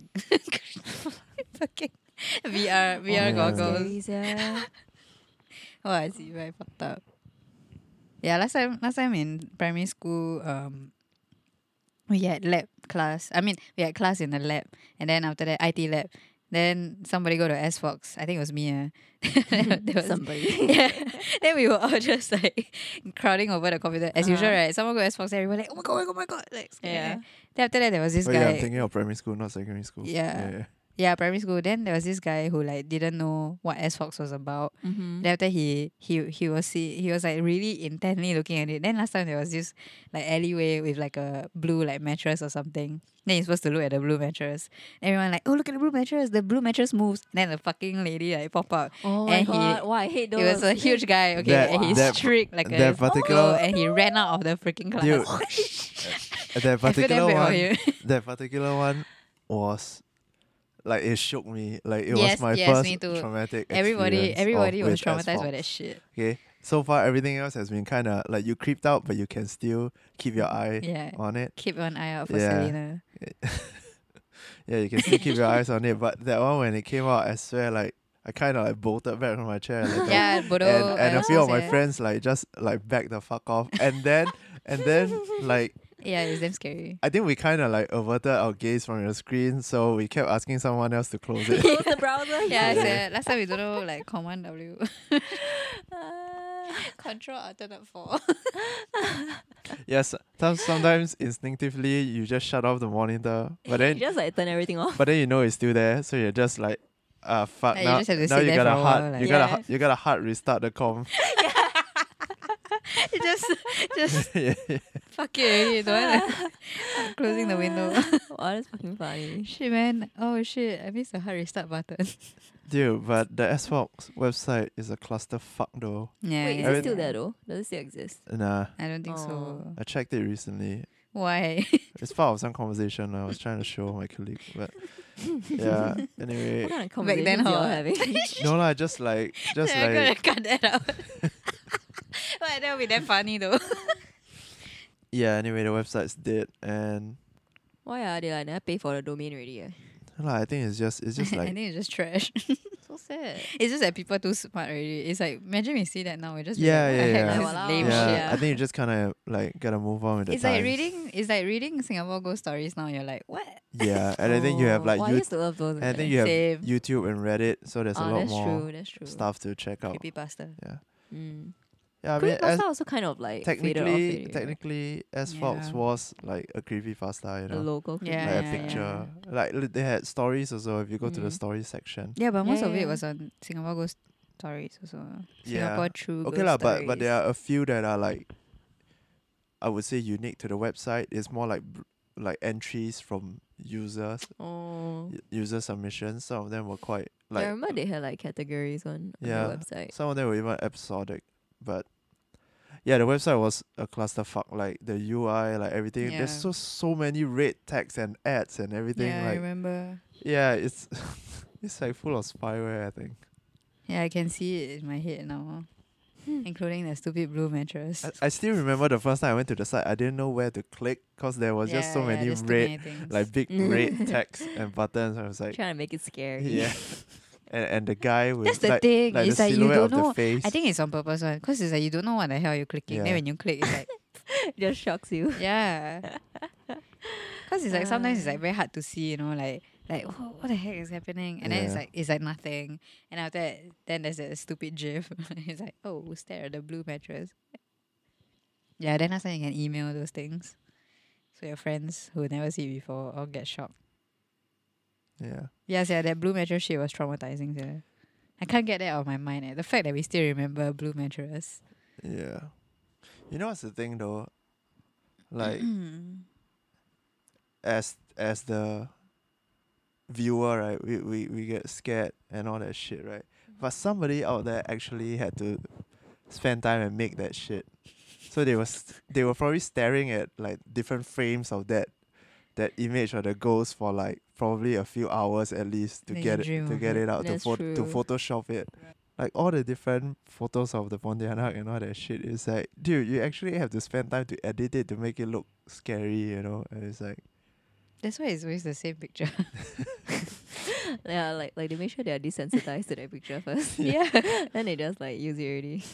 C: [laughs] fucking VR VR
A: Oh, yeah.
C: goggles.
D: yeah.
C: Oh, I see. Very fucked up. Yeah, last time last time in primary school, um, we had lab class. I mean, we had class in the lab, and then after that IT lab. Then somebody go to S Fox. I think it was me. [laughs] Uh. [laughs] There was-
D: Somebody.
C: [laughs] yeah. Then we were all just like crowding over the computer as usual,
D: Uh-huh.
C: right? Someone go S Fox, then we were like, oh my god, oh my god, like
D: Yeah.
C: yeah. Then after that, there was this
A: oh
C: guy.
A: yeah, I'm thinking of primary school, not secondary school.
C: Yeah. yeah, primary school. Then there was this guy who like didn't know what S Fox was about.
D: Mm-hmm.
C: Then after he he he was see he was like really intently looking at it. Then last time there was this like alleyway with like a blue like mattress or something. Then you're supposed to look at the blue mattress. Everyone like, oh look at the blue mattress. The blue mattress moves. Then the fucking lady like pop out.
D: Oh my
C: And he-
D: god! Wow, I hate
C: It
D: those.
C: was a
D: [laughs]
C: huge guy, okay,
A: That-
C: and he's
A: that-
C: strict like a
A: that particular-
C: particular, and he ran out of the freaking
A: yeah.
C: class. [laughs]
A: Dude, that
C: I feel
A: particular
C: damn bad for
A: one.
C: you. [laughs]
A: that particular one was like it shook me. Like it was
C: Yes,
A: my
C: yes,
A: first
C: me too.
A: traumatic.
C: Everybody,
A: experience
C: everybody
A: of,
C: was
A: with
C: traumatized by
A: S-Fox.
C: that shit.
A: Okay, so far everything else has been kind of like you creeped out, but you can still keep your eye
C: Yeah.
A: [laughs] on it.
C: Keep an eye out for
A: Yeah. [laughs]
C: Selena.
A: yeah, you can still keep your eyes on it. But that one when it came out, I swear, like I kind of like bolted back from my chair. Like, the-
C: yeah, Bodo
A: and, and a
C: Adams
A: few of
C: was
A: my
C: there.
A: friends like just like back the fuck off. And then and then like
C: Yeah, it's damn scary.
A: I think we kind of like averted our gaze from the screen, so we kept asking someone else to close it.
C: [laughs]
D: Close the browser.
C: Yeah, I
A: Yeah.
D: [laughs]
C: said last time we don't know like command W.
D: Ah.
C: Control alternate [laughs] four.
A: yes, some- sometimes instinctively you just shut off the monitor, but
D: You
A: then
D: just like turn
C: [laughs]
D: everything off.
A: but then you know it's still there, so you're just like, ah fuck.
C: Yeah, you
A: now
C: just have to
A: now
C: sit
A: you
C: there
A: gotta
C: for a
A: hard,
C: while,
A: you
C: like-
A: gotta
C: Yeah.
A: hard- you gotta hard restart the com.
C: It just
A: [laughs]
C: just
A: yeah,
C: fuck it already, don't want
D: [laughs]
C: to- I'm [laughs] closing the window.
D: wow, that's fucking funny.
C: shit man. Oh shit, I missed the hard restart button.
A: dude. But the Xbox website is a cluster fuck though.
C: [laughs] Yeah.
D: Wait, is
A: I
D: it
A: mean-
D: still there though? Does it still exist?
A: Nah,
C: I don't think
D: Oh.
C: so.
A: I checked it recently.
C: Why?
A: It's part of some conversation I was trying to show my colleague, but
C: [laughs]
A: yeah. Anyway,
D: What kind of
C: Back then,
D: conversations you're
C: how- [laughs]
A: [laughs]
D: having?
A: no lah. Just like just
C: I'm
A: like
C: gonna cut that out. [laughs] but that would be that funny though.
A: yeah. Anyway, the website's dead, and
D: Why are they like never pay for the domain already? Eh?
A: like I think it's just it's
C: [laughs]
A: just
C: I
A: like
C: think it's just trash.
D: So sad.
C: It's just that people too smart already. It's like imagine we see that now, we just
A: Yeah,
C: be
A: yeah,
C: like,
A: yeah.
C: what
D: Walao.
C: the heck, this lame
A: yeah,
C: shit.
A: I think you just kind of like gotta move on with the
C: It's like
A: times.
C: reading. It's like reading Singapore ghost stories now. You're like, what?
A: Yeah, and I think you have
D: Oh,
C: [laughs]
A: like
D: wow, I
A: you.
D: used to love those.
A: And I think
D: eh.
A: you have
C: Same.
A: YouTube and Reddit, so there's a
D: Ah,
A: lot
D: that's
A: more
D: true. That's true.
A: stuff to check out.
C: Creepypasta.
D: Mm.
A: Yeah, I mean,
D: Creepypasta
A: as,
D: also kind of like faded off
A: technically,
D: already, right?
A: technically, S Fox
C: Yeah.
A: was like a creepy pasta, you
D: a
A: know,
D: local
C: Yeah,
A: like
D: creepypasta.
A: a
C: yeah,
A: picture. Like li- they had stories also. If you go to the
D: Mm.
A: story section,
C: Yeah, but most
D: Yeah,
C: of
D: yeah.
C: it was on Singapore ghost stories also.
A: yeah,
C: Singapore true.
A: okay
C: ghost
A: lah. But but there
C: stories.
A: are a few that are like, I would say unique to the website. It's more like br- like entries from users,
D: Oh.
A: y- user submissions. Some of them were quite
D: I
A: like
D: remember they had like categories on, on
A: Yeah.
D: their website.
A: Some of them were even episodic, but yeah, the website was a clusterfuck. Like the UI, like everything. There's
C: Yeah.
A: so so many red tags and ads and everything.
C: Yeah, I
A: like
C: remember.
A: yeah, it's [laughs] it's like full of spyware. I think.
C: Yeah, I can see it in my head now, including the stupid blue mattress.
A: I, I still remember the first time I went to the site. I didn't know where to click because there was just so
C: Yeah, yeah,
A: many
C: there's too
A: red,
C: many things.
A: like
C: [laughs]
A: big red text and buttons. I was like,
D: Trying to make it
C: [laughs]
D: scary. [laughs]
A: yeah, and and the guy with
C: That's the
A: like,
C: thing,
A: like
C: it's
A: the
C: like you
A: silhouette
C: don't
A: of
C: know-
A: the face.
C: I think it's on purpose one, cause it's like you don't know what the hell you're clicking.
A: Yeah.
C: Then when you click, it's like
D: Just shocks you. [laughs]
A: [laughs]
C: yeah, cause it's like sometimes it's like
A: Um.
C: very hard to see, you know, like like "Wha- what the heck is happening, and then it's
A: Yeah.
C: like it's like nothing, and after that, then there's that stupid GIF. [laughs] it's like oh, stare at the blue mattress. Yeah, then that's when you can email those things, so your friends who never see it before all get shocked.
A: yeah.
C: Yes, yeah, that blue mattress shit was traumatizing. Yeah. I can't get that out of my mind. Eh. The fact that we still remember blue mattress.
A: Yeah. You know what's the thing though? Like
C: Mm.
A: as as the viewer, right, we, we, we get scared and all that shit, right?
D: Mm-hmm.
A: But somebody out there actually had to spend time and make that shit. So they was they were probably staring at like different frames of that that image of the ghost for like probably a few hours at least to
C: Then you
A: get it
C: dream
A: to
C: of
A: get
C: it.
A: it out to
D: That's
A: pho- to
D: true.
A: photoshop it. Like all the different photos of the Pontianak and all that shit is like, dude, you actually have to spend time to edit it to make it look scary, you know? And it's like
C: That's why it's always the
A: [laughs]
C: same picture.
D: yeah, like like they make sure they are desensitized to that picture
A: [laughs]
D: first.
C: Yeah.
D: [laughs] then they just like use it already.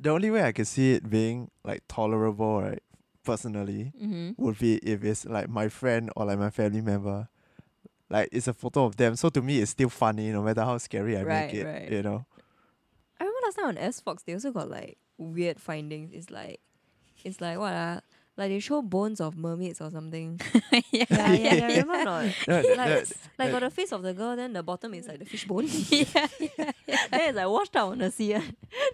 A: the only way I could see it being like tolerable, right? Personally,
D: Mm-hmm.
A: would be if it's like my friend or like my family member. Like it's a photo of them, so to me it's still funny, no matter how scary I
D: Right,
A: make it.
D: right.
A: You
D: [laughs]
A: know,
D: I remember last time on S Fox they also got like weird findings. It's like it's like what ah like they show bones of mermaids or something.
C: yeah.
D: [laughs] yeah, yeah, yeah. Remember or not?
A: No,
D: Like,
A: no,
D: s- like got the face of the girl, then the bottom is like the fish bone. [laughs] then it's like washed out on the sea. [laughs] ah.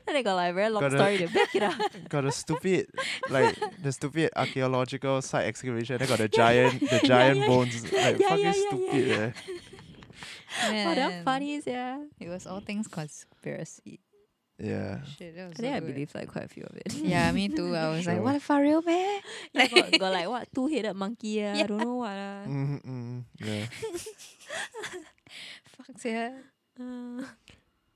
D: then they got like a very long
A: Got a-
D: story to back it up.
A: [laughs] got a stupid, like the stupid archaeological site excavation. They got the
D: [laughs]
A: giant, the giant
D: yeah. [laughs]
A: bones, like
D: Yeah,
A: fucking
D: yeah, yeah, yeah,
A: stupid.
D: yeah.
A: eh.
D: Oh,
C: Man.
D: that funny, yeah.
C: It was all things conspiracy.
A: Yeah,
C: Shit, that was
D: I think
C: so
D: I
C: good.
D: believe [laughs] like quite a few of it.
C: [laughs]
D: [laughs]
C: Yeah, me too. I was like,
A: Sure.
C: what for real, [laughs] man?
D: Yeah, got, got like what two headed monkey, ah,
C: Yeah.
D: I
C: [laughs]
D: don't know what. ah.
A: mm mm, yeah.
C: Fuck yeah.
D: Uh,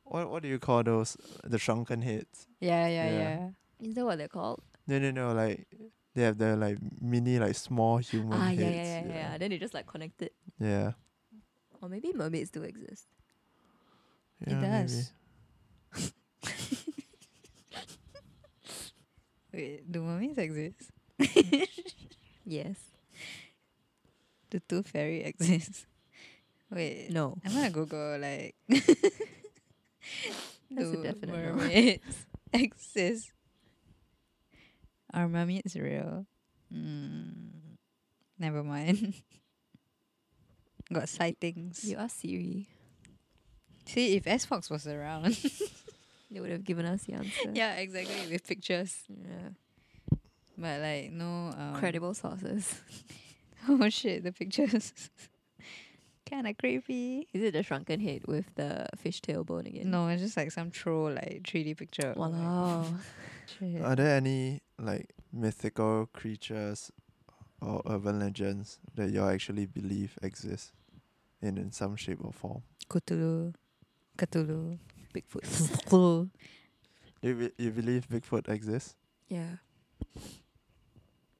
A: What what do you call those? The shrunken heads?
C: Yeah, yeah,
A: Yeah.
C: yeah.
D: is that what they're called?
A: No no no, like they have the like mini like small human
D: ah,
A: heads.
D: yeah, yeah, yeah, yeah, Then they just like connected.
A: yeah.
D: Or maybe mermaids do exist.
A: Yeah,
D: it
A: maybe.
D: [laughs] does.
C: [laughs] Wait, do mummies exist?
D: Yes.
C: Do tooth fairy [laughs] exist? Wait,
D: No.
C: I'm gonna Google like
D: That's a
C: do
D: definite no.
C: mermaids
D: [laughs]
C: exist? Are mermaids real? Mm, never mind. [laughs] Got sightings.
D: You are Siri.
C: See, if S Fox was
D: [laughs]
C: around,
D: They would have given us the answer.
C: yeah, exactly with pictures,
D: Yeah.
C: but like no um,
D: Credible sources.
C: [laughs] Oh shit, the pictures. [laughs] kind of creepy.
D: Is it the shrunken head with the fishtail bone again?
C: No, it's just like some troll like 3D picture. I'm like,
D: Wow.
C: [laughs] shit.
A: Are there any like mythical creatures or urban legends that you all actually believe exist in, in some shape or form?
C: Cthulhu. Cthulhu.
D: Bigfoot.
C: [laughs] Cthulhu.
A: You be- you believe Bigfoot exists?
D: yeah.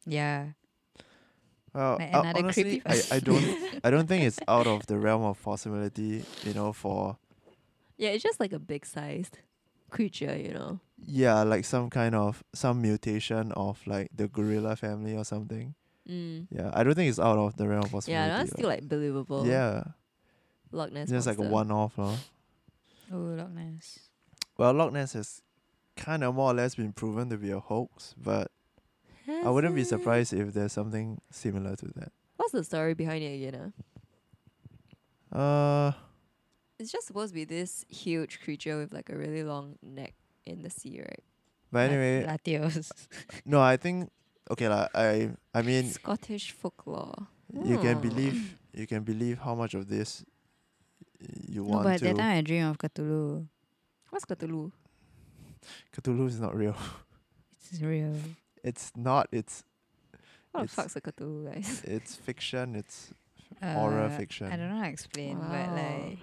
C: Yeah.
A: Well,
C: Like
A: uh,
C: another
A: honestly,
C: creepy
A: I, I don't I don't think it's out of the realm of possibility. You know, for
D: Yeah, it's just like a big sized creature, you know.
A: yeah, like some kind of some mutation of like the gorilla family or something.
D: Mm.
A: Yeah, I don't think it's out of the realm of
D: Yeah,
A: possibility.
D: that's still like believable.
A: yeah,
D: Loch Ness.
A: just like a
D: monster.
A: one off, no.
C: Oh, Loch Ness.
A: Well, Loch Ness has kind of more or less been proven to be a hoax, but I wouldn't be
D: Has it?
A: surprised if there's something similar to that.
D: What's the story behind it again? ah?
A: Uh,
D: It's just supposed to be this huge creature with like a really long neck in the sea, right?
A: but anyway,
C: La- Latios. [laughs]
A: no, I think okay lah. I I mean,
D: Scottish folklore.
A: you can
D: Hmm.
A: believe you can believe how much of this y- you
C: no,
A: want
C: but
A: to.
C: that time I dream of Cthulhu.
D: What's Cthulhu?
A: Cthulhu is not real. [laughs]
C: It's real.
A: It's not. It's
D: What
A: It's-
D: the fuck's a Cthulhu, guys?
A: it's fiction. It's
C: Uh,
A: horror fiction.
C: I don't know how to explain, but like,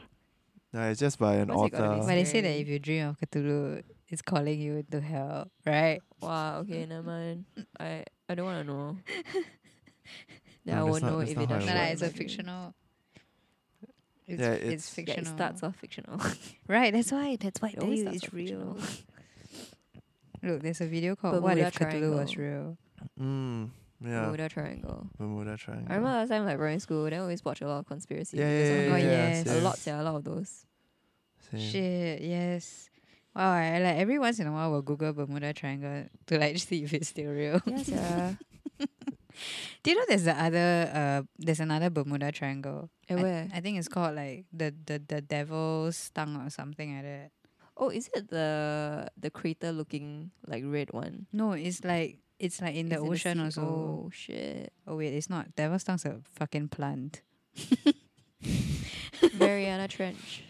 A: No, it's just by an
D: What's it gotta be
A: author.
C: but they say that
D: Scary.
C: if you dream of Cthulhu, it's calling you to hell, right? [laughs]
D: Wow, okay, never mind. I, I don't want to know.
A: No,
D: Then I
A: that's
D: won't
A: not-
D: know
A: that's
D: if
A: not
D: it
A: how it
D: does
C: No, like,
A: works.
C: it's a fictional. It's,
A: Yeah,
C: it's,
A: it's- Yeah,
D: Yeah,
C: fictional.
D: it starts off fictional.
C: Right, that's why. That's why I
D: It
C: tell
D: always
C: you
D: starts
C: it's
D: off
C: real.
D: fictional.
C: Look, there's a video called "What
D: Bermuda
C: If Cthulhu Was Real."
D: Triangle.
A: Mm, yeah, Bermuda,
D: Bermuda Triangle.
A: Triangle.
D: I remember last time like primary school, then I always watch a lot of conspiracy
A: Yeah,
D: videos
A: yeah, yeah,
D: on
A: yeah,
D: YouTube.
C: Oh, yes.
A: same,
D: A lot, yeah, a lot of those.
A: same.
C: Shit, yes. Wow, I, like every once in a while, we'll Google Bermuda Triangle to like [laughs] see if it's still real. [laughs]
D: Yes, yeah.
C: Do you know there's the other uh there's another Bermuda Triangle?
D: And
C: I-
D: Eh, where?
C: I, think it's called like the the the Devil's Tongue or something like that.
D: Oh, is it the the crater looking like red one?
C: No, it's like it's like in the
D: Is it
C: ocean
D: sea?
C: also.
D: Oh
C: [laughs]
D: shit.
C: Oh wait, it's not. Devil's Tongue's a fucking plant.
D: Mariana Trench.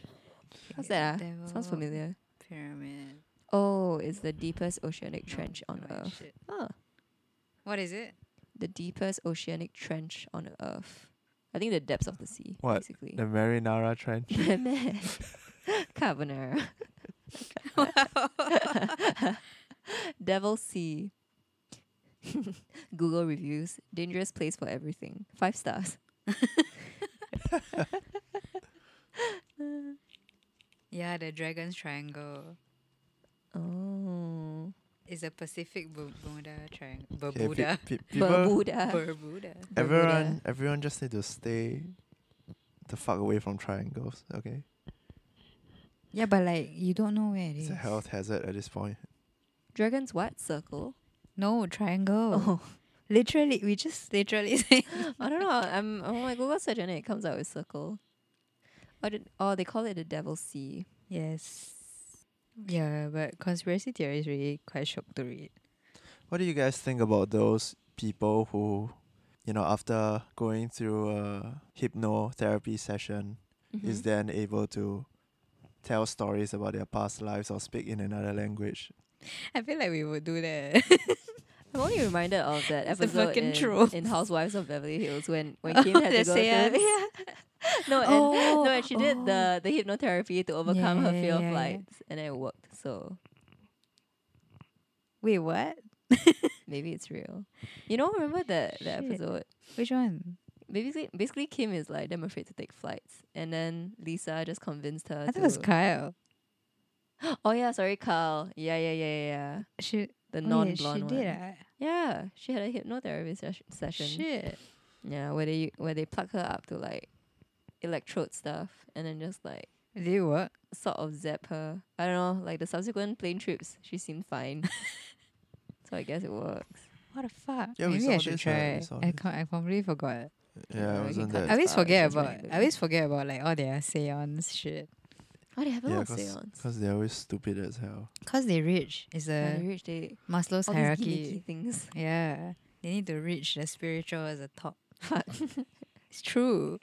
D: What's that? ah? Sounds
C: Devil
D: familiar.
C: Pyramid.
D: Oh, it's the deepest oceanic
C: No,
D: trench on
C: no,
D: Earth.
C: shit.
D: Ah,
C: What is it?
D: the deepest oceanic trench on Earth. I think the depths of the sea.
A: What?
D: Basically. [laughs]
A: The Marinara Trench.
D: Carbonara. [laughs] Devil Sea. [laughs] Google reviews. Dangerous place for everything. Five stars.
C: Yeah, the Dragon's Triangle
D: Oh.
C: is a Pacific Bu- Bermuda Triangle.
A: Okay, pe-
C: Bermuda.
A: pe- people,
D: Bermuda.
C: [laughs] Bermuda.
D: Bermuda.
A: everyone, everyone just need to stay the fuck away from triangles. Okay,
C: Yeah, but like you don't know where it
A: it's
C: is.
A: a health hazard at this point.
D: Dragon's what? Circle?
C: No triangle.
D: Oh.
C: Literally, we just [laughs] literally say.
D: I don't know. I'm on my Google search and it comes out with circle. Or, did, oh, they call it the Devil Sea.
C: yes. Yeah, but conspiracy theory is really quite shocked to read.
A: What do you guys think about those people who, you know, after going through a hypnotherapy session,
C: Mm-hmm.
A: is then able to tell stories about their past lives or speak in another language?
C: I feel like we would do that.
D: I'm only reminded of that
C: It's the
D: episode
C: fucking
D: in,
C: trolls.
D: in Housewives of Beverly Hills when
C: [laughs]
D: when
C: Oh,
D: Kim had
C: the
D: to go through- [laughs]
C: seance.
D: yeah. no, and
C: Oh,
D: no, and she did the the hypnotherapy to overcome her
C: Yeah,
D: fear
C: yeah, yeah.
D: of lights, and it worked. So
C: [laughs] Wait, what?
D: maybe it's real. You know, remember that the
C: Shit.
D: episode?
C: Which one?
D: Basically, basically, Kim is like them afraid to take flights, and then Lisa just convinced her.
C: I thought
D: to,
C: it was Kyle.
D: Oh yeah, sorry, Carl. Yeah, yeah, yeah, yeah, yeah.
C: She oh yeah,
D: The non blonde
C: She
D: one.
C: did. ah.
D: Yeah, she had a hypnotherapy sesh- session.
C: Shit.
D: Yeah, where they where they plug her up to like electrode stuff and then just like
C: Did it work?
D: sort of zap her. I don't know, like the subsequent plane trips, she seemed [laughs] fine. so I guess it works.
C: What the fuck?
A: Yeah, we
C: Maybe
A: saw
C: I should
A: this, uh, we
C: try.
A: saw
C: I,
A: this.
C: com- I completely forgot.
A: Yeah,
D: we
A: it
D: can
A: wasn't
D: cut
A: that.
C: I always
D: fine,
C: forget
D: it's
C: about.
D: really
C: I always forget about like all their seance shit.
D: Oh, they have a
A: Yeah,
D: lot of
A: cause,
D: seance.
A: 'cause they're always stupid as hell.
C: Cause they rich is
D: When they
C: a
D: reach they
C: Maslow's
D: all these gimmicky
C: hierarchy.
D: things.
C: Yeah, they need to reach the spiritual as a top. [laughs] Fuck, it's true.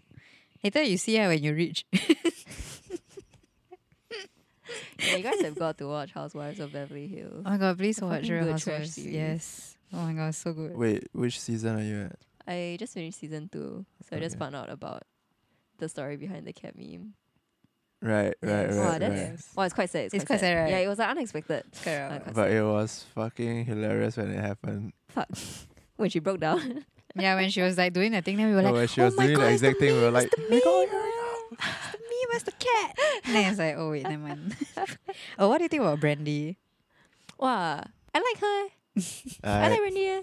C: Later you see her when you reach. [laughs]
D: Yeah, you guys have got to watch Housewives of Beverly Hills.
A: Uh,
C: Oh my god, please
D: The
C: watch
D: fucking
C: Real
D: good trash
C: Housewives.
D: series.
C: Yes. Oh my god, so good.
A: Wait, which season are you at?
D: I just finished season two, so I just
A: Okay.
D: found out about the story behind the cat meme.
A: Right, right, right.
C: Yes.
D: Wow,
A: right.
D: Oh, that's- Well, it's quite sad. It's,
C: It's quite
D: quite
C: sad, right?
D: Yeah, it was like unexpected.
C: It's quite
D: Uh,
C: right.
D: quite
A: But
D: sad.
A: it was fucking hilarious when it happened.
D: Fuck. when she broke down.
C: [laughs] yeah, when she was like doing that thing, then we were
A: No,
C: like,
D: [laughs]
A: when she
C: oh
A: was
C: my
A: doing the
C: god, it's
A: exact
C: the
A: thing, we were
C: meme, it's
A: like,
C: the meme, [laughs] it's the meme, it's the cat. [laughs] And then it's like, oh wait, never mind. [laughs] oh, what do you think about Brandy?
D: Wow. I like her. eh. I like
A: I,
D: Randy. eh.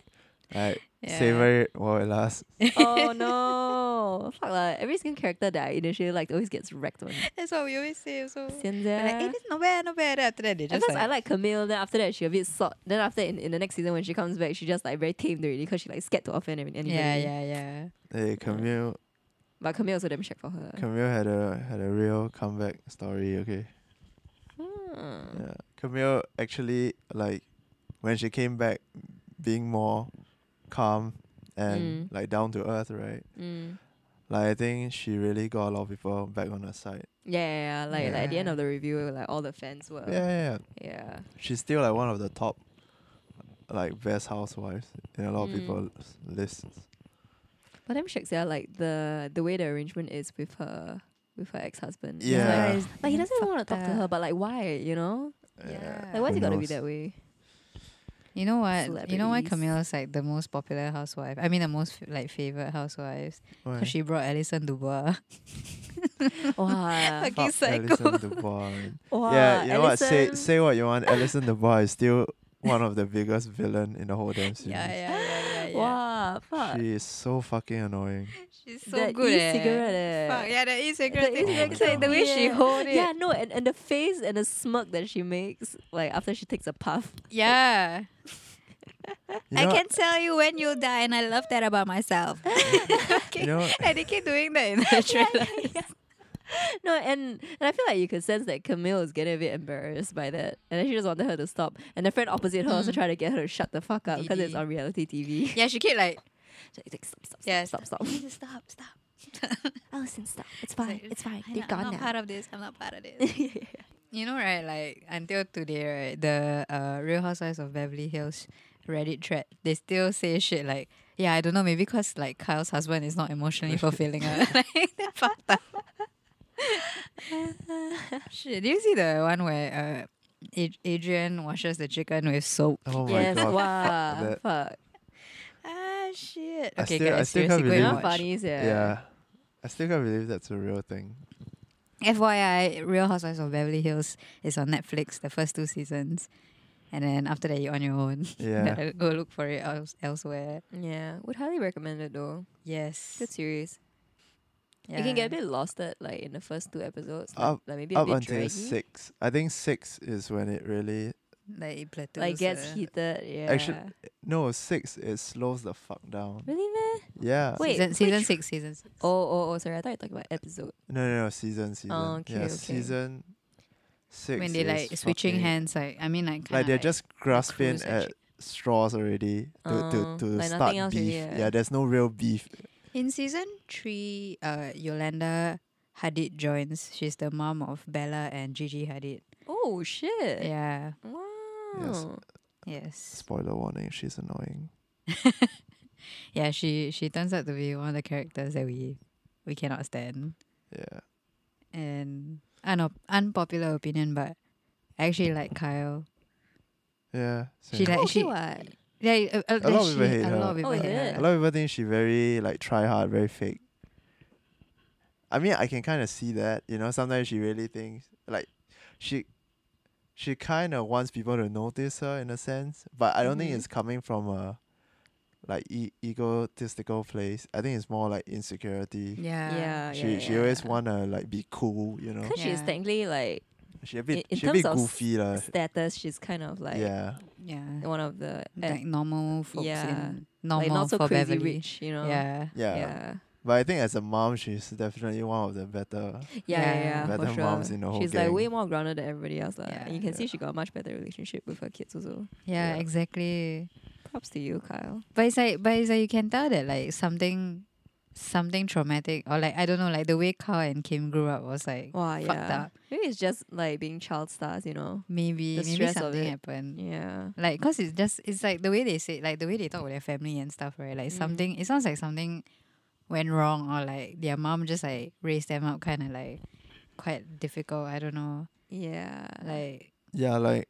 A: I
C: Yeah. [laughs]
A: savor it while it lasts.
D: [laughs] Oh no. Fuck lah. Every skin character that I initially liked always gets wrecked on.
C: That's what we always say. So
D: Sian
C: like, eh,
D: sia.
C: this not bad, not bad. Then after that, they
D: At
C: just
D: first I
C: like,
D: like Camille, then after that she a bit sot. Then after in, in the next season when she comes back, she just like very tamed already because she like scared to offend any- anybody.
C: yeah, yeah, yeah.
A: Hey, Camille,
D: But Camille also damn shag for her.
A: Camille had a had a real comeback story. Okay,
D: Hmm.
C: Mm.
A: yeah. Camille actually like when she came back, being more calm and
D: Mm.
A: like down to earth, right?
D: Mm.
A: Like I think she really got a lot of people back on her side.
D: Yeah, yeah, yeah. Like, like at the end
C: Yeah.
D: of the review, like all the fans were.
A: Yeah, yeah, yeah.
D: yeah.
A: She's still like one of the top, like best housewives in a lot
D: Mm.
A: of people's lists.
D: But damn shag sia, like the the way the arrangement is with her with her ex husband.
A: Yeah.
D: Like, like he doesn't even want to talk to
C: fucked
D: her,
C: up.
D: but like why, you know?
C: Yeah.
D: Like why's
A: Who
D: it gotta be
A: knows?
D: that way? [laughs]
C: You know what? You know why
D: Celebrities.
C: Camille's like the most popular housewife? I mean, the most f- like favorite housewives.
A: Why?
C: Cause she brought Alison Dubois. [laughs]
D: [laughs] Wow.
C: Fucking
A: Fuck
C: psycho.
A: Alison
C: [laughs]
A: Dubois. man.
D: wow.
A: yeah, you know what? Say
D: Alison.
A: say what you want. Alison Dubois is still one of the biggest villain in the whole damn series.
C: Yeah, yeah, yeah, yeah. yeah.
D: Wow, fuck.
A: She is so fucking annoying.
C: She's so
D: That
C: good. eh.
D: e-cigarette, eh.
C: Fuck yeah, the
D: The
C: e-cigarette. thing.
A: e-cigarette
C: It's like the way she
D: yeah.
C: hold it.
D: Yeah, no, and, and the face and the smirk that she makes, like after she takes a puff. [laughs]
C: Yeah.
A: You know,
C: I can tell you when you'll die, and I love that about myself. [laughs] okay.
A: You know-
C: and they keep doing that in the trailer.
D: No, and, and I feel like you could sense that Camille is getting a bit embarrassed by that. And then she just wanted her to stop. And the friend opposite her also tried to get her to shut the fuck up because it's
C: DD.
D: on reality [laughs] TV.
C: yeah, she keep like,
D: So it's like, stop, stop,
C: Yes.
D: stop, stop, stop.
C: [laughs] stop, stop.
D: Oh,
E: Alison, stop. It's fine. It's fine. They've
C: I'm
E: gone
C: not
E: now.
C: part of this. I'm not part of
D: [laughs]
C: this. you know, right? Like until today, right? The uh, Real Housewives of Beverly Hills Reddit thread, they still say shit like, "Yeah, I don't know, maybe because like Kyle's husband is
A: [laughs]
C: not emotionally fulfilling her." [laughs] like that fucked up. [laughs] shit, do you see the one where uh, Ad- Adrian washes the chicken with soap?
A: oh my
D: yes,
A: god.
D: wow,
A: that.
D: fuck.
C: Ah, shit.
A: I
C: Okay,
A: still- I
C: guys,
A: still can't
C: seriously, go
A: believe-
D: You
C: and
D: know,
A: Not
C: watch.
D: funnies, yeah.
A: Yeah. I still can't believe that's a real thing.
C: FYI, Real Housewives of Beverly Hills is on Netflix, the first two seasons. And then after that, you're on your own. [laughs]
A: Yeah.
C: Better go look for it else- elsewhere.
D: Yeah, would highly recommend it though.
C: Yes.
D: Good series.
C: yeah.
D: You can get a bit lost at like in the first two episodes. Like,
A: Up-
D: like maybe a
A: Up
D: bit
A: until
D: draggy.
A: six. I think six is when it really
C: Like, it plateaus.
D: Like gets
C: uh,
D: heated. Yeah.
A: Actually- No, six it slows the fuck down.
D: Really man?
A: Yeah.
D: Wait,
C: season,
D: which-
C: season six, season six.
D: Oh, oh, oh, sorry. I thought you talked about episode.
A: No no no season season.
D: Oh, okay,
A: yeah,
D: okay.
A: season six.
C: when they
A: is
C: like switching
A: fucking-
C: hands, like, I mean, like, kinda,
A: Like they're just grasping
D: cruise and
A: at
D: shit.
A: straws already to
D: Oh,
A: to, to
D: like nothing
A: start
D: else
A: beef.
D: already,
A: yeah.
D: yeah.
A: there's no real beef.
C: In season three, uh, Yolanda Hadid joins. She's the mom of Bella and Gigi Hadid.
D: Oh shit.
C: Yeah.
D: Wow.
C: Yes. [laughs]
A: Spoiler warning, she's annoying.
C: Yeah, she she turns out to be one of the characters that we we cannot stand.
A: Yeah.
C: And I know unpopular opinion, but I actually like Kyle.
A: Yeah.
C: She
A: same.
C: like
D: Oh,
C: she
D: okay, what?
C: yeah uh, uh,
A: A lot of
C: she-
A: people hate
C: a
A: her.
C: lot of people
D: Oh, is
C: hate
D: it?
A: A
C: her.
A: lot of people think she very like try hard, very fake. I mean, I can kind of see that. You know, sometimes she really thinks like she she kind of wants people to notice her in a sense, but I don't think
D: Mhm.
A: it's coming from a like e- egotistical place. I think it's more like insecurity.
C: Yeah.
D: yeah,
A: she
D: yeah,
A: she always
D: yeah.
A: wanna like be cool, you know.
D: Because she's
C: Yeah.
D: technically like
A: She a bit
D: in
A: she a bit
D: terms of
A: goofy lah.
D: status. She's kind of like
A: Uh, yeah,
C: Yeah.
D: one of the eh,
C: Like normal folks
D: yeah.
C: in
D: like
C: normal
D: not so
C: for
D: crazy
C: Beverly.
D: rich, you know.
C: Yeah.
A: yeah,
D: yeah,
A: But I think as a mom, she's definitely one of the better.
D: yeah,
C: Yeah.
D: yeah, yeah,
A: Better
D: for sure.
A: moms in the whole
D: She's like
A: gang.
D: way more grounded than everybody else, lah.
C: Yeah.
D: And you can see she got a much better relationship with her kids also.
C: Yeah,
A: Yeah.
C: exactly.
D: Props to you, Kyle.
C: But it's like but it's like you can tell that like something something traumatic or like I don't know, like the way Carl and Kim grew up was like
D: Wow,
C: fucked
D: yeah.
C: up.
D: Maybe it's just like being child stars, you know.
C: Maybe
D: The
C: maybe
D: stress of
C: something
D: it.
C: happened.
D: Yeah.
C: Like, cause it's just it's like the way they say, like the way they talk with their family and stuff, right? Like
D: Mm.
C: something, it sounds like something went wrong, or like their mom just like raised them up, kind of like quite difficult. I don't know.
D: Yeah.
C: Like
A: Yeah, like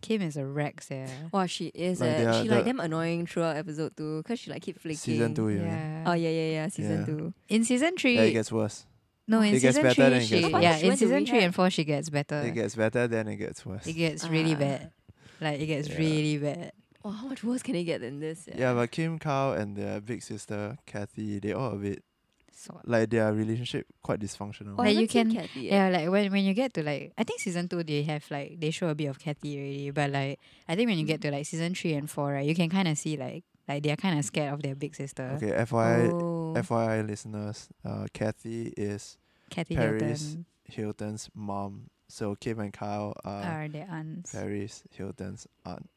C: Kim is a wreck, yeah.
D: Wow, she is
A: Like,
D: eh.
A: they are-
D: She like
A: the-
D: them annoying throughout episode two because she like keep flicking.
A: season two, yeah.
C: Yeah.
D: Oh yeah, yeah, yeah. Season
A: Yeah.
D: two.
C: In season three,
A: Yeah, it gets worse.
C: no, in
A: It gets
C: season
A: better,
C: three,
A: then it
C: she,
A: gets
D: worse.
C: yeah,
D: She
C: in
D: went to
C: season three and
D: rehab.
C: four, she gets better.
A: It gets better, then it gets worse.
C: It gets really
D: Ah.
C: bad. Like it gets
A: Yeah.
C: really bad.
D: Wow, how much worse can it get than this?
A: yeah, but Kim, Kyle, and their big sister Kathy, they all a bit
C: So
A: like their relationship quite dysfunctional.
D: Oh, I
C: Like, you
D: haven't seen
C: can-
D: Kathy yet.
C: Yeah, like when when you get to like I think season two they have like they show a bit of Kathy already, but like I think when you get to like season three and four, right, you can kind of see like like they're kind of scared of their big sister,
A: Okay, FYI,
D: Oh.
A: FYI, listeners, uh, Kathy is
C: Kathy
A: Paris
C: Hilton,
A: Hilton's mom. So Kim and Kyle are
C: are their aunts.
A: Paris Hilton's aunt.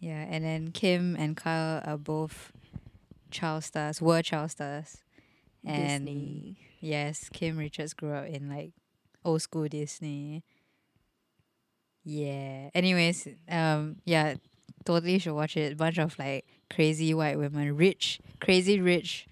C: Yeah, and then Kim and Kyle are both child stars, were child stars, and
D: Disney.
C: yes, Kim Richards grew up in like old school Disney. Yeah. Anyways, um, yeah, totally should watch it. Bunch of like crazy white women, rich, crazy rich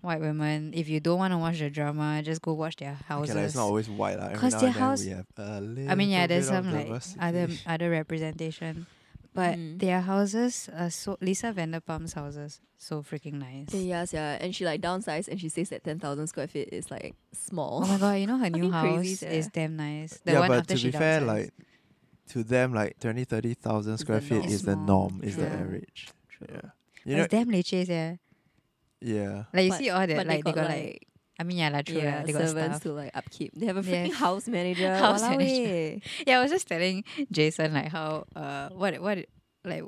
C: white women. If you don't want to watch the drama, just go watch their houses.
A: Okay, like, it's not always white. Like, every
C: 'Cause
A: now
C: their
A: and then
C: house-
A: we have a
C: I mean, yeah,
A: little
C: there's
A: bit of
C: some like other
A: [laughs] diversity.
C: other representation, but
D: Mm.
C: their houses are so Lisa Vanderpump's houses so freaking nice.
D: Eh, Yes, yeah, and she like downsized and she says that ten thousand square feet is like small.
C: Oh my god, you know her new
D: [laughs] Fucking
C: house
D: crazy
C: is
D: sia.
C: damn nice. The
A: yeah,
C: one
A: but
C: after
A: to
C: she
A: be fair,
C: downsized.
A: like to them, like 20, 30,000
D: the
A: square feet
D: norm.
A: is the
C: Small.
A: norm, is the
D: True.
A: average.
D: True.
A: Yeah,
C: But
A: you know,
C: it's damn leches, yeah.
A: yeah.
C: Like you
D: But-
C: see all that,
D: but
C: like they got, like, I mean, yeah, like, true,
D: yeah,
C: lah, they got
D: servants
C: stuff.
D: to like upkeep. They have a
C: Yeah.
D: freaking house
C: [laughs]
D: manager.
C: House
D: Walao
C: manager.
D: eh.
A: [laughs]
C: Yeah, I was just telling Jason like how uh what what like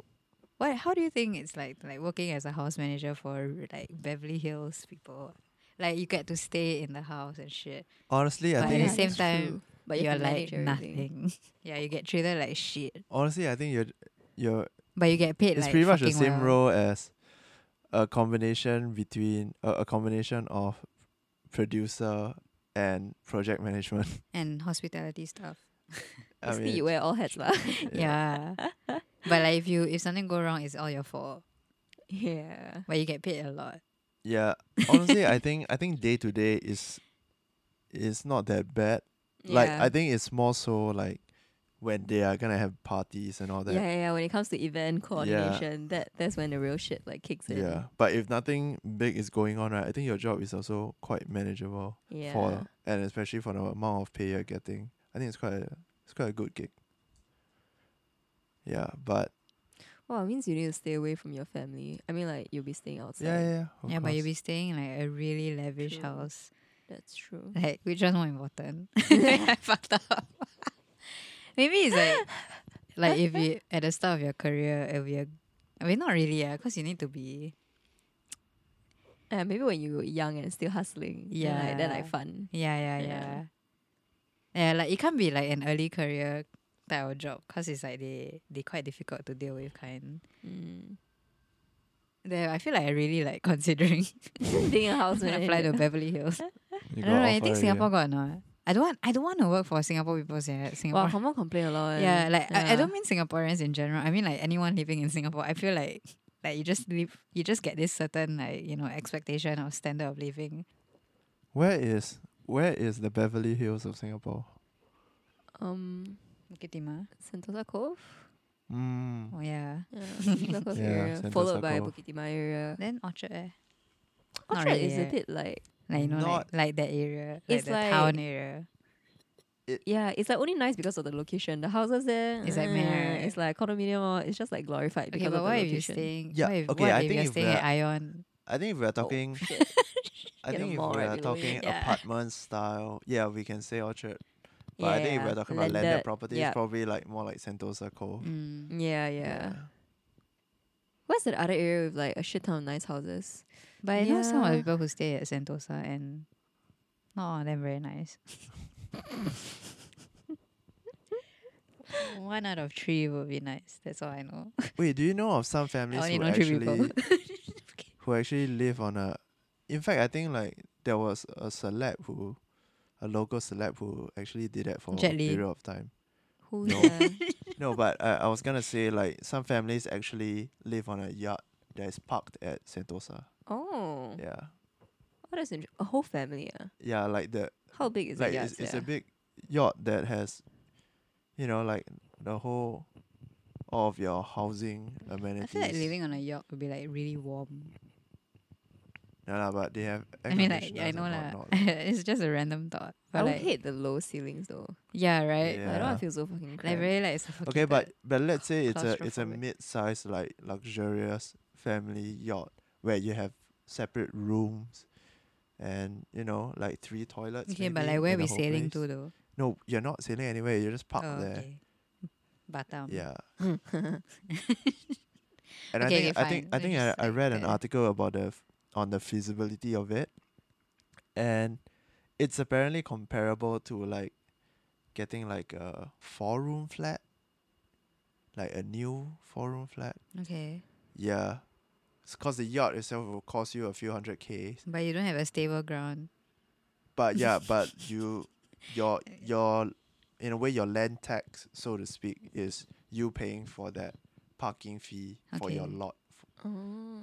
C: what how do you think it's like like working as a house manager for like Beverly Hills people? Like you get to stay in the house and shit.
A: Honestly, I
C: But
D: Yeah,
C: at
A: think
C: the same
D: that's
C: time,
D: true. but
C: But
D: you
C: you're
D: have to
C: like
D: manage everything.
C: nothing. [laughs] yeah, you get treated like shit.
A: honestly, I think you're you're
C: But you get paid
A: it's
C: like
A: pretty much the
C: fucking
A: same
C: well.
A: role as a combination between a, a combination of producer and project management. [laughs]
C: and hospitality stuff.
A: I
D: Basically,
A: mean,
D: you wear all
C: [laughs]
D: hats lah.
C: Yeah. [laughs] but like if you if something go wrong, it's all your fault.
D: yeah.
C: But you get paid a lot.
A: yeah. Honestly,
C: [laughs]
A: I think I think day to day is is not that bad. Like
D: yeah.
A: I think it's more so like when they are gonna have parties and all that.
D: yeah, yeah, yeah. When it comes to event coordination, that that's when the real shit like kicks in.
A: Yeah, but if nothing big is going on, right? I think your job is also quite manageable
D: Yeah.
A: for, and especially for the amount of pay you're getting. I think it's quite a, it's quite a good gig. Yeah, but
D: Well, it means you need to stay away from your family. I mean, like you'll be staying outside.
A: yeah, yeah, yeah. of
C: yeah, but you'll
A: course.
C: be staying in like a really lavish
D: True.
C: house.
D: That's true.
C: Like which one's
A: [laughs]
C: more important? [laughs] I fucked up. Maybe it's like like if you at the start of your career, if you I mean not really, yeah, because you need to be
D: Uh, maybe when you were young and still hustling. Yeah. Then like, then like
C: Yeah.
D: fun.
C: Yeah, yeah, yeah.
D: Yeah.
C: Yeah, like it can't be like an early career type of job because it's like they they quite difficult to deal with kind.
D: Mm.
C: There, I feel like I really like [laughs] considering
D: Being a house manager.
C: apply to Beverly Hills.
A: You [laughs]
C: I don't know.
A: got
C: I think
A: offered
C: Singapore got or not. I don't want. I don't want to work for Singapore people. sia,
D: Wow,
C: Singapore.
D: Hong Kong complain a lot. eh.
C: yeah, like I, I
D: Yeah.
C: don't mean Singaporeans in general. I mean like anyone living in Singapore. I feel like like you just live. You just get this certain like you know expectation or standard of living.
A: Where is where is the Beverly Hills of Singapore?
D: Um,
C: Bukit Timah.
D: Sentosa Cove.
A: Mm.
C: Oh yeah.
D: Yeah, Sentosa Cove
A: Yeah,
D: area,
A: Sentosa
D: followed by
A: Cove.
D: Bukit Timah area.
C: Then Orchard. Eh. not
D: Orchard
C: really
D: is a
C: eh.
D: bit like
C: Like you know,
A: Not-
C: like, like that area, like
D: It's
C: the town
D: like-
C: area.
D: yeah, it's like only nice because of the location. The houses there,
C: It's like
D: eh,
C: meh, right?
D: it's like condominium. Or it's just like glorified
C: Okay,
D: because
C: but
D: of the
C: what if you're
D: location.
C: staying?
A: Yeah,
C: what if,
A: okay,
C: what
A: I
C: if
A: think
C: you're
A: if
C: staying
A: we're-
C: at Ion?
A: I think if we're
C: [laughs]
D: Oh,
A: talking,
D: shit.
A: I
D: get a
A: think if
D: mall
A: we're
D: right below it.
A: talking
C: Yeah.
A: apartment style, yeah, we can say Orchard. But I think if we're talking about landed, properties,
D: yeah.
A: probably like more like Sentosa Cove.
C: Mm.
D: Yeah, yeah. What's that other area with like a shit ton of nice houses?
C: But I know some of the
D: Yeah.
C: people who stay at Sentosa and not all of them very nice. [laughs] One out of three would be nice. That's all I know.
A: Wait, do you know of some families
C: only
A: who
C: know three people.
A: actually who actually live on a? In fact, I think like there was a celeb who, a local celeb who actually did that for
C: Jet
A: a
C: Li.
A: period of time.
D: Who's
A: No. [laughs]
D: that?
A: No, but uh, I was gonna say like some families actually live on a yacht that is parked at Sentosa.
C: Mm.
D: Oh,
A: Yeah,
D: what is interesting? A whole family. Yeah.
A: yeah, like the
D: How big is
A: like
D: it?
A: it's, it's a big yacht that has, you know, like the whole of your housing amenities.
C: [laughs] I feel like living on a yacht would be like really warm.
A: No, no, but they have. Air
C: I mean, like I
A: conditioners
C: know
A: and
C: lah. [laughs]
A: whatnot.
C: it's just a random thought. But
D: I would
C: like,
D: hate the low ceilings though.
C: Yeah, right.
D: I don't
A: Yeah.
D: want to feel so fucking
C: Like
D: cramped.
C: very like
A: Okay,
C: suffocated.
A: but but let's say it's a it's a
D: Claustrophobic.
A: mid-sized like luxurious family yacht where you have separate rooms, and you know like three toilets.
C: okay, but
A: maybe
C: like where
A: in the
C: we
A: whole
C: sailing
A: place.
C: to though?
A: No, you're not sailing anywhere. You're just parked
C: Oh,
A: there.
C: okay. um, Batam.
A: Yeah.
D: [laughs]
A: and I
C: Okay,
A: think
C: okay,
A: I think
C: fine.
A: I
C: So
A: think I,
C: just
A: I
C: like
A: read an
C: the-
A: article about the f- on the feasibility of it, and it's apparently comparable to like getting like a four room flat, like a new four room flat.
C: [laughs] Okay.
A: Yeah, because the yacht itself will cost you a few hundred k.
C: But you don't have a stable ground.
A: But yeah, but you your your in a way your land tax, so to speak, is you paying for that parking fee for your
C: Okay.
A: lot.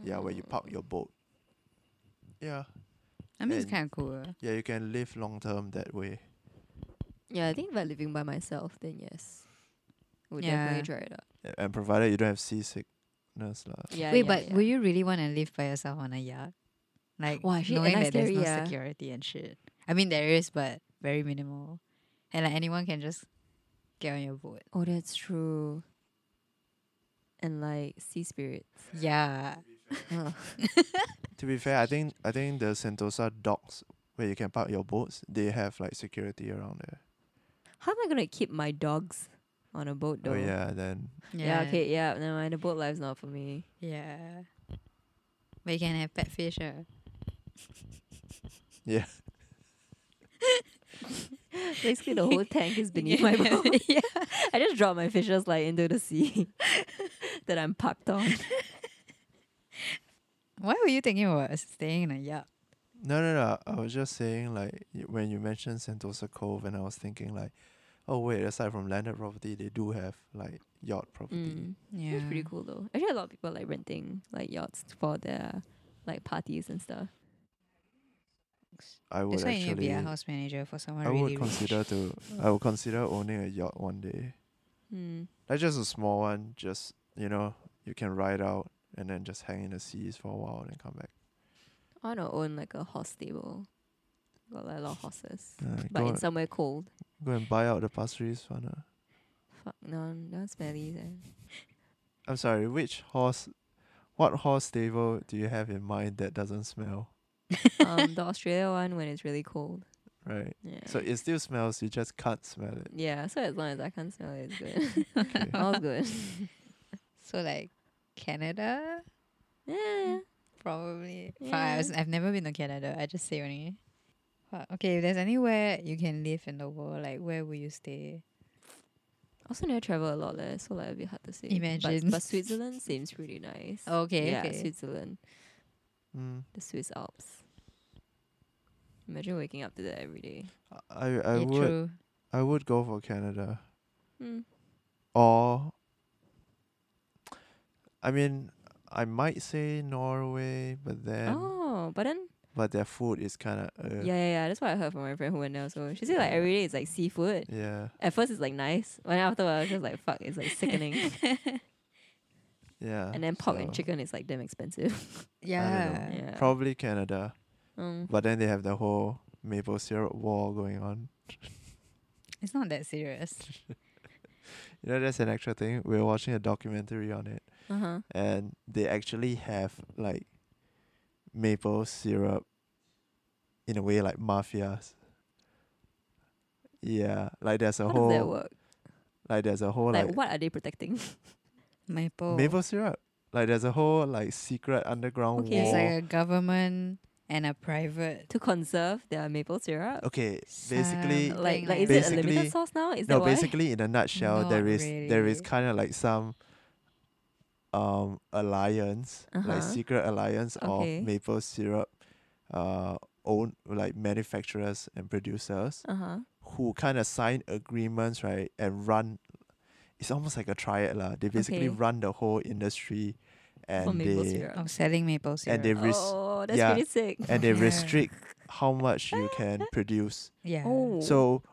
A: Yeah, where you park your boat. Yeah,
C: I mean, it's
A: And-
C: kind of cool. uh.
A: yeah, you can live long term that way.
D: Yeah, I think if I'm living by myself, then yes, would
C: Yeah.
D: definitely try it out.
A: A- And provided you don't have seasickness, lah.
D: Yeah.
C: Wait,
D: yeah,
C: but
D: yeah.
C: will you really want to live by yourself on a yacht? Like
D: Wah, actually,
C: knowing
D: and I
C: that there's
D: scary,
C: no
D: yeah.
C: security and shit. I mean, there is, but very minimal, and like anyone can just get on your boat.
D: Oh, that's true. And like sea spirits. [laughs]
C: Yeah.
D: Ugh.
A: To be fair, I think I think the Sentosa docks where you can park your boats, they have like security around there.
D: How am I gonna keep my dogs on a boat though?
A: Oh yeah, then
D: Yeah. Okay. Yeah. Never mind. The boat life's not for [laughs] me.
C: Yeah. But you can have pet fish. Uh.
A: yeah.
D: Basically, the whole tank is beneath [laughs] my boat.
C: [laughs] yeah.
D: I just drop my fishes like into the sea [laughs] that I'm parked on.
C: Why were you thinking about staying in a yacht?
A: No, no, no. I was just saying, like, y- when you mentioned Sentosa Cove, and I was thinking, like, oh, wait, aside from landed property, they do have, like, yacht property.
D: Mm. [laughs] It's pretty cool though. Actually, a lot of people like renting like yachts for their like parties and stuff.
A: I would
C: That's why you need to
A: actually.
C: be a house manager for someone
A: I would
C: really
A: consider
C: [laughs] rich.
A: to. I would consider owning a yacht one day.
D: Mm.
A: Like, just a small one, just, you know, you can ride out and then just hang in the seas for a while and then come back.
D: I want to own like a horse stable. Got like a lot of horses,
A: Uh,
D: but
A: go,
D: in somewhere cold.
A: go and buy out the Passeries one. Uh.
D: Fuck no, that's smelly. Then.
A: [laughs] I'm sorry, which horse. What horse stable do you have in mind that doesn't smell?
D: um, the Australia one when it's really cold.
A: Right.
D: Yeah.
A: So it still smells, you just can't smell
D: [laughs]
A: it.
D: yeah. So as long as I can smell it, it's
A: [laughs]
D: good. [laughs] Smells good. [laughs]
C: So like Canada,
D: yeah.
C: probably. Fuck,
D: Yeah.
C: I was, I've never been to Canada. I just say only. Fuck, Okay, if there's anywhere you can live in the world, like where will you stay?
D: Also, never travel a lot leh, so like a bit hard to say.
C: Imagine.
D: But, but Switzerland seems pretty nice.
C: [laughs] Oh, Okay,
D: yeah,
C: okay.
D: Switzerland,
A: Mm.
D: the Swiss Alps. Imagine waking up to that every day.
A: I I
C: Yeah,
A: would
C: True.
A: I would go for Canada
D: Hmm.
A: or I mean I might say Norway, but then
D: Oh, but then
A: but their food is kind of uh,
D: yeah, yeah, yeah. That's what I heard from my friend who went there. So she said like every day it's like seafood.
A: yeah
D: At first it's like nice, but then after a while it's just like fuck, it's
A: [laughs]
D: like sickening.
A: yeah
D: and then pork and
A: so
D: chicken is like damn expensive.
C: Yeah.
D: yeah.
A: probably Canada,
D: Um,
A: but then they have the whole maple syrup war going on.
C: It's not that serious.
A: You know, that's an actual thing. We were watching a documentary on it,
D: Uh huh.
A: and they actually have like maple syrup in a way like mafias. Yeah, like there's a
D: How
A: whole
D: does that work?
A: like there's a whole
D: Like,
A: like,
D: what are they protecting? [laughs]
C: Maple.
A: maple syrup. Like there's a whole like secret underground
D: Okay.
C: It's
A: war.
C: like a government and a private.
D: to conserve their maple syrup?
A: okay, basically
C: something
D: Like, like
C: like
D: is it a
A: Basically-
D: limited source now? Is
A: no,
D: that why?
A: basically, in a nutshell, there
C: Not
A: is there is
C: really.
A: kind of like some um alliance,
D: Uh-huh.
A: like secret alliance
D: Okay.
A: of maple syrup, uh, own like manufacturers and producers
D: Uh huh.
A: who kind of sign agreements, right, and run. It's almost like a triad, lah. They basically
D: Okay.
A: run the whole industry,
D: For
A: and
D: maple
A: they
D: syrup.
C: of selling maple syrup.
A: and they res-
D: oh, that's
A: yeah,
D: pretty sick.
A: and
D: [laughs]
A: they
C: Yeah.
A: restrict how much you can produce.
C: yeah.
D: Oh.
A: So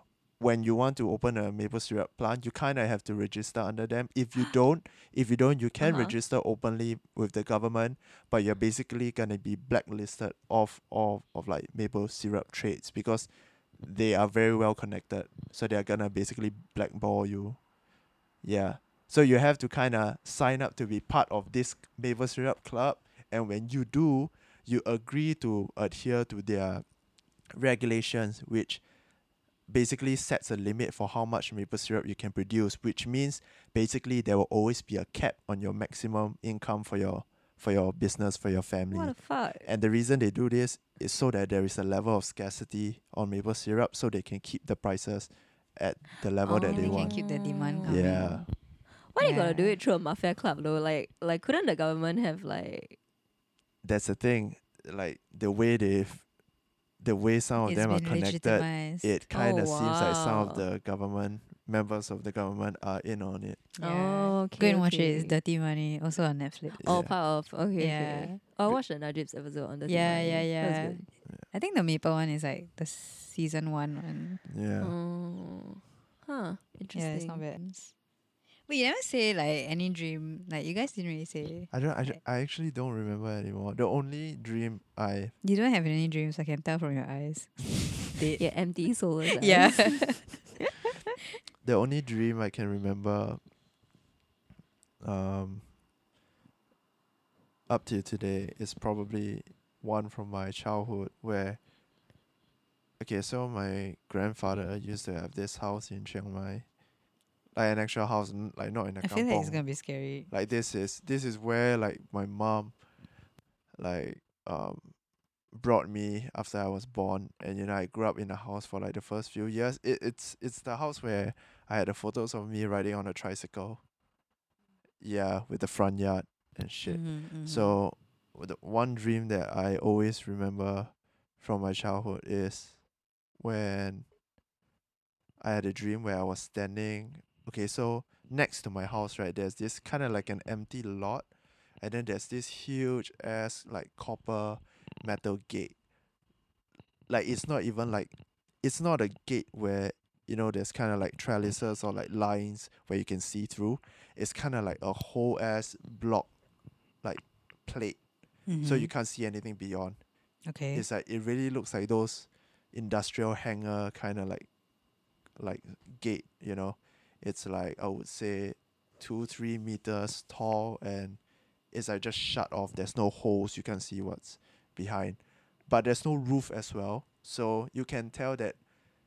A: when you want to open a maple syrup plant, you kind of have to register under them. If you don't, if you don't, you can
D: Uh-huh.
A: register openly with the government, but you're basically gonna be blacklisted off of of like maple syrup trades because they are very well connected. So they are gonna basically blackball you. Yeah. So you have to kind of sign up to be part of this maple syrup club, and when you do, you agree to adhere to their regulations, which basically sets a limit for how much maple syrup you can produce, which means basically there will always be a cap on your maximum income for your for your business, for your family.
D: what the fuck?
A: And the reason they do this is so that there is a level of scarcity on maple syrup so they can keep the prices at the level that
C: And
A: they
C: they can
A: want.
C: keep the demand coming.
A: Yeah.
D: Why they gotta do
C: Yeah.
D: it through a mafia club though? Like, like couldn't the government have like?
A: That's the thing. Like the way they've the way some of
C: It's
A: them are
C: been
A: connected,
C: legitimized.
A: it kind of seems like some
D: wow.
A: of the government members of the government are in on it.
D: Oh, okay.
C: Go and watch it. It's
D: okay.
C: Dirty Money, also on Netflix.
D: All
A: Yeah.
D: part of okay.
C: Yeah.
D: okay. Oh, I watched the Najib's episode on the
C: Yeah, yeah,
D: That
C: yeah.
D: was good.
C: I think the maple one is like the season one one.
A: Yeah.
D: Oh. Huh. Interesting.
C: Yeah, it's not bad. But you never say like any dream. Like you guys didn't really say.
A: I don't. I,
C: Okay.
A: I actually don't remember anymore. The only dream I
C: You don't have any dreams. I can tell from your
D: [laughs]
C: eyes. Date.
D: Yeah, empty soulless.
C: [laughs]
D: eyes.
C: Yeah.
A: the only dream I can remember. Um. Up to today is probably one from my childhood where. Okay, so my grandfather used to have this house in Chiang Mai, like an actual house, n- like not in a
C: I feel like it's
A: kampong.
C: gonna be scary.
A: like this is this is where like my mom like um brought me after I was born and you know I grew up in the house for like the first few years. It, it's it's the house where I had the photos of me riding on a tricycle. Yeah, with the front yard and shit.
D: Mm-hmm,
C: Mm-hmm.
A: So the one dream that I always remember from my childhood is when I had a dream where I was standing. Okay, so next to my house, right, there's this kind of like an empty lot, and then there's this huge ass like copper metal gate. Like it's not even like it's not a gate where you know there's kind of like trellises or like lines where you can see through. It's kind of like a whole ass block plate so you can't see anything beyond.
C: Mm-hmm. okay.
A: It's like it really looks like those industrial hangar kind of like like gate, you know. It's like I would say two, three meters tall and it's like just shut off. There's no holes, you can't see what's behind. But there's no roof as well. So you can tell that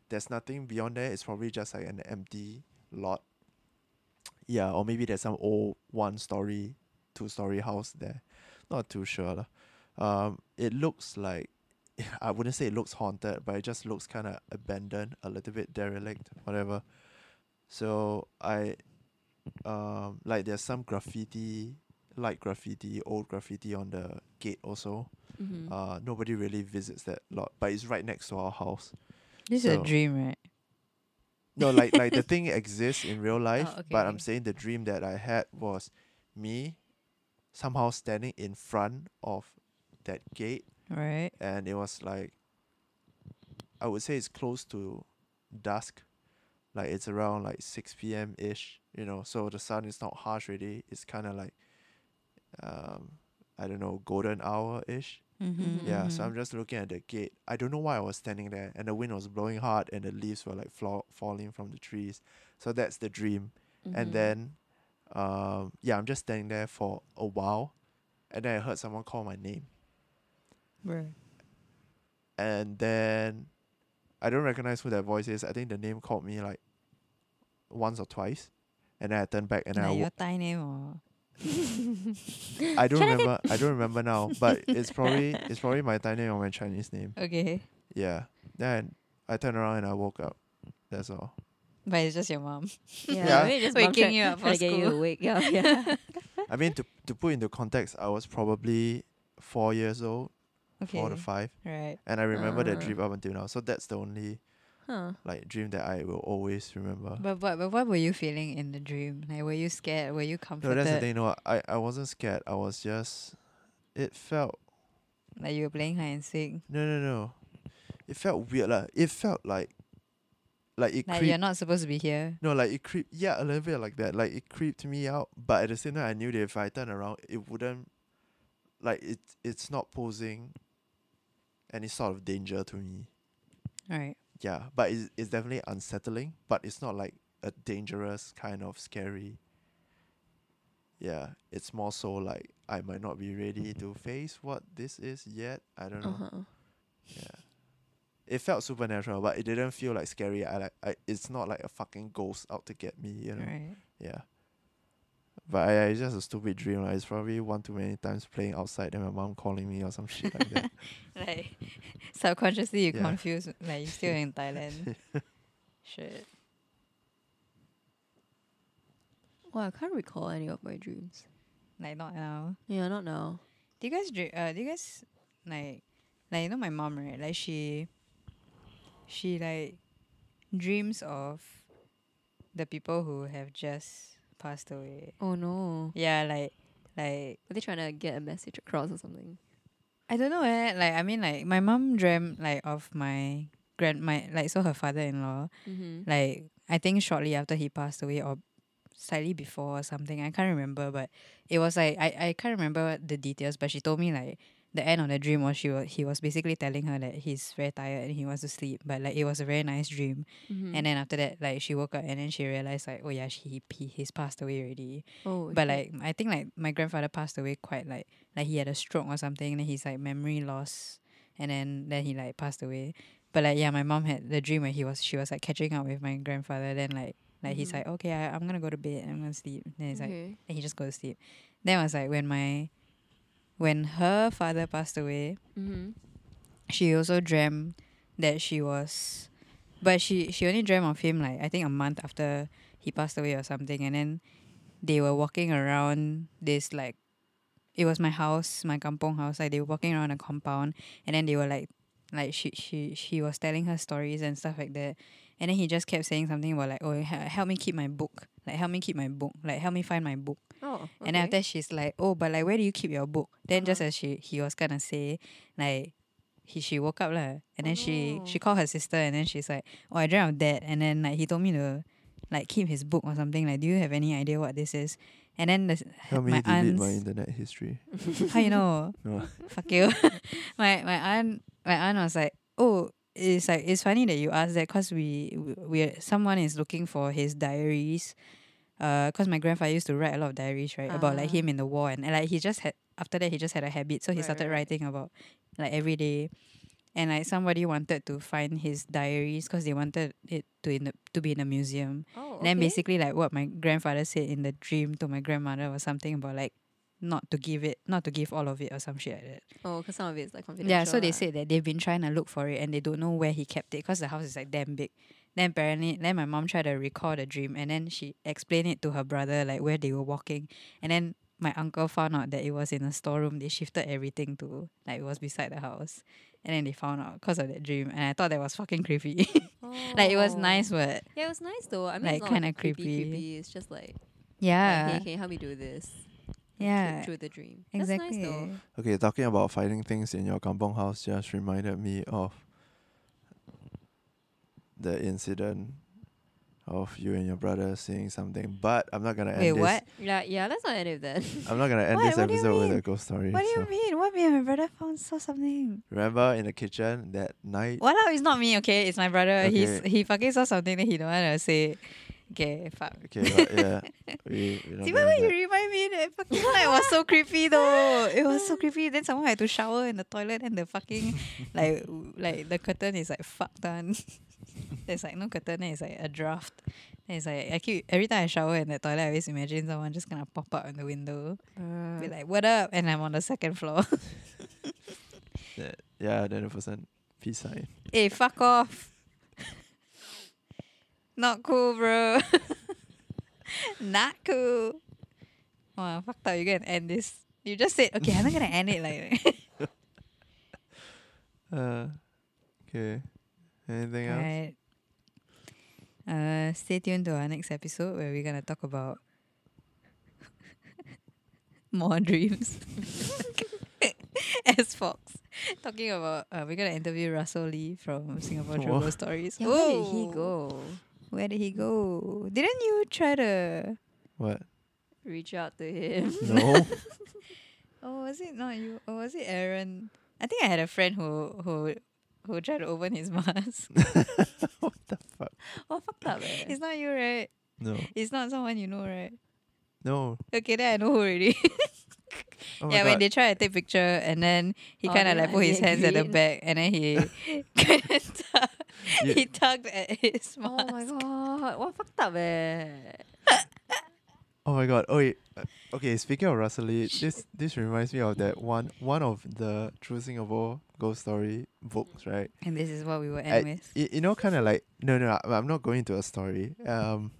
A: there's nothing beyond there. It's probably just like an empty lot. Yeah, or maybe there's some old one story, two story house there. Not too sure. lah. Um, it looks like [laughs] I wouldn't say it looks haunted, but it just looks kind of abandoned, a little bit derelict, whatever. So I, um, like there's some graffiti, light graffiti, old graffiti on the gate also.
D: Mhm.
A: Uh, nobody really visits that lot, but it's right next to our house.
C: this is
A: so-
C: a dream, right?
A: No, like like the thing exists in real life, but I'm
C: okay.
A: saying the dream that I had was me somehow standing in front of that gate
C: Right.
A: and it was like I would say it's close to dusk. Like it's around like six PM ish, you know, so the sun is not harsh really. It's kinda like um I don't know, golden hour ish.
D: Mm-hmm,
C: Mhm.
A: Yeah, so I'm just looking at the gate. I don't know why I was standing there, and the wind was blowing hard, and the leaves were like fla- falling from the trees. So that's the dream.
D: Mm-hmm.
A: And then, um, yeah, I'm just standing there for a while, and then I heard someone call my name,
D: Bruh.
A: and then I don't recognize who that voice is. I think the name called me like once or twice, and then I turned back and then I
C: Like
A: wo-
C: your Thai name
D: [laughs]
C: or [laughs]
A: I don't remember. I don't remember now, but it's probably it's probably my Thai name or my Chinese name.
C: okay,
A: Yeah. Then I turned around and I woke up. That's all.
C: but it's just your mom.
D: Yeah,
A: Yeah.
D: maybe just
C: Waking
D: mom
C: you
D: [laughs]
C: up
D: trying
C: for
D: to get you
C: school.
D: awake. Yeah,
C: [laughs]
D: yeah.
A: I mean, to to put into context, I was probably four years old,
C: Okay, Uh.
A: four to five,
C: right.
A: and I remember that
D: Ah.
A: dream up until now. So that's the only
D: huh.
A: like dream that I will always remember.
C: But but but what were you feeling in the dream? Like were you scared? Were you
A: No,
C: comforted?
A: that's the thing. No, I I wasn't scared. I was just. It felt
C: Like you were playing hide and seek.
A: no no no. It felt weird lah. It felt like, like it
C: Like
A: creep-
C: you're not supposed to be here.
A: No, like it creep. Yeah, a little bit like that. Like it creeped me out, but at the same time, I knew that if I turn around, it wouldn't. Like it, it's not posing. Any sort of danger to me.
C: All right.
A: Yeah, but it's it's definitely unsettling. But it's not like a dangerous kind of scary. Yeah, it's more so like I might not be ready to face what this is yet. I don't know.
D: Uh-huh.
A: Yeah. It felt supernatural, but it didn't feel like scary. I like I, it's not like a fucking ghost out to get me, you know.
C: All right.
A: Yeah. But I, it's just a stupid dream. Like, it's probably one too many times playing outside and my mom calling me or some shit like
C: [laughs]
A: that.
C: Like subconsciously you
A: Yeah.
C: confuse like you're still in
A: [laughs]
C: Thailand. Shit.
D: Well, I can't recall any of my dreams.
C: Like not now.
D: Yeah, not now.
C: Do you guys dr- uh do you guys like like you know my mom right? Like she she like dreams of the people who have just passed away.
D: Oh no.
C: Yeah, like like
D: Are they trying to get a message across or something?
C: I don't know eh. Like I mean like my mom dreamt like of my grand my like so her father in law
D: Mm-hmm.
C: like I think shortly after he passed away or slightly before or something. I can't remember, but it was like I, I can't remember the details, but she told me like the end of the dream was she was, he was basically telling her that he's very tired and he wants to sleep, but like it was a very nice dream.
D: Mm-hmm. Mm.
C: And then after that, like she woke up and then she realized like oh yeah, she he, he he's passed away already.
D: oh,
C: But
D: shit.
C: like I think like my grandfather passed away quite like like he had a stroke or something, and then he's like memory loss, and then then he like passed away. But like yeah, my mom had the dream where he was she was like catching up with my grandfather. Then like like he's
D: Mhm.
C: like okay, I, I'm gonna go to bed, I'm gonna sleep. Then he's like
D: okay.
C: and he just goes to sleep. Then I was like when my when her father passed away,
D: mm-hmm.
C: she also dreamt that she was but she she only dreamt of him like I think a month after he passed away or something and then they were walking around this like it was my house, my kampong house, like they were walking around a compound and then they were like like she she she was telling her stories and stuff like that. And then he just kept saying something about like, Oh he- help me keep my book. Like help me keep my book. Like help me find my book.
D: Oh,
C: And then after she's like, "Oh, but like, where do you keep your book?" Then just as she he was gonna say, like, he she woke up lah, and then she she called her sister, and then she's like, "Oh, I dreamt of that," and then like he told me to, like, keep his book or something. Like, do you have any idea what this is? And then the, [laughs]
A: Help me
C: my
A: delete my
C: aunt,
A: internet history.
D: [laughs]
C: how you know?
A: No.
C: Fuck you. [laughs] my my aunt my aunt was like, "Oh." It's like it's funny that you asked that because we we we- someone is looking for his diaries because my grandfather used to write a lot of diaries, right? About like
D: Ah.
C: him in the war and, and, like he just had after that he just had a habit, so he
D: Right,
C: started
D: right, right.
C: writing about like every day. And like somebody wanted to find his diaries because they wanted it to in the, to be in a museum.
D: oh,
C: And then basically like what my grandfather said in the dream to my grandmother was something about like not to give it, not to give all of it or some shit like that.
D: oh, because some of it is like confidential.
C: Yeah, so they
D: lah.
C: said that they've been trying to look for it and they don't know where he kept it because the house is like damn big. Then apparently, then my mom tried to recall the dream and then she explained it to her brother like where they were walking. And then my uncle found out that it was in a storeroom. They shifted everything to like it was beside the house. And then they found out because of that dream. And I thought that was fucking creepy. [laughs] like it was
D: Oh.
C: nice, but
D: Yeah, it was nice though. I mean,
C: Like,
D: it's not,
C: kinda
D: like, creepy,
C: creepy.
D: creepy. It's just like,
C: yeah,
D: yeah. like hey, can you help me do this? Like,
C: yeah,
D: through, through the dream.
C: exactly.
D: That's nice though.
A: Okay, talking about finding things in your kampong house just reminded me of the incident of you and your brother saying something, but I'm not gonna end
C: Wait,
A: this.
C: what?
D: Yeah, yeah, let's not end it then.
A: I'm not gonna end
C: What?
A: this
C: What do you
A: episode with
C: mean?
A: a ghost story.
C: What do
A: so.
C: you mean? What me and my brother found saw something?
A: Remember in the kitchen that night?
C: Well, no, it's not me. Okay, it's my brother. He's
A: Okay.
C: he fucking saw something that he don't want to say. Okay, fuck.
A: Okay, but
C: [laughs]
A: yeah, we, we don't
C: See,
A: go
C: why would
A: into
C: you
A: that.
C: remind me that fucking night was so creepy though? It was so creepy. Then someone had to shower in the toilet and
A: [laughs]
C: the fucking like w- like the curtain is like fucked on. [laughs] There's like no curtain, then it's like a draft. Then it's like I keep every time I shower in the toilet, I always imagine someone just gonna pop out in the window. Be
A: Uh-huh.
C: like, what up? And I'm on the second floor.
A: yeah, then it was a peace sign.
C: hey, fuck off. [laughs] Not cool, bro. [laughs] Not cool. Wow, fucked up. You're going to end this. You just said, okay, I'm not going to end it like that.
A: Uh, okay. Anything else?
C: right. Uh, stay tuned to our next episode where we're going to talk about [laughs] more dreams. [laughs] As Fox. Talking about, uh, we're going to interview Russell Lee from Singapore True
A: Wow.
C: Ghost Stories.
D: Yeah, where did he
C: Oh.
D: go?
C: Where did he go? Didn't you try to? [laughs]
A: What?
D: Reach out to him. [laughs]
A: No. [laughs]
C: Oh, was it not you? Or was it Aaron? I think I had a friend who who who tried to open his [laughs] mask.
A: what the fuck?
D: Oh, fucked up. Eh?
C: it's not you, right?
A: No.
C: It's not someone you know, right?
A: No.
C: Okay, then I know who already.
A: [laughs] Oh my
C: yeah, when
A: god.
C: they try to take picture and then he
D: Oh,
C: kind of
D: then
C: like put
D: he
C: his hands at the
D: agreed.
C: back and then he
A: [laughs]
C: kind of
A: You-
C: he tugged at his
D: Oh
C: mask.
D: my god. What fucked up eh?
A: Oh my god. Oh wait. Uh, Okay, speaking of Russell Lee, this this reminds me of that one one of the True Singapore ghost story books, right?
C: And this is what we were
A: At- [laughs]
C: end with.
A: y- you know, kind of like no, no, I- I'm not going into a story. Um,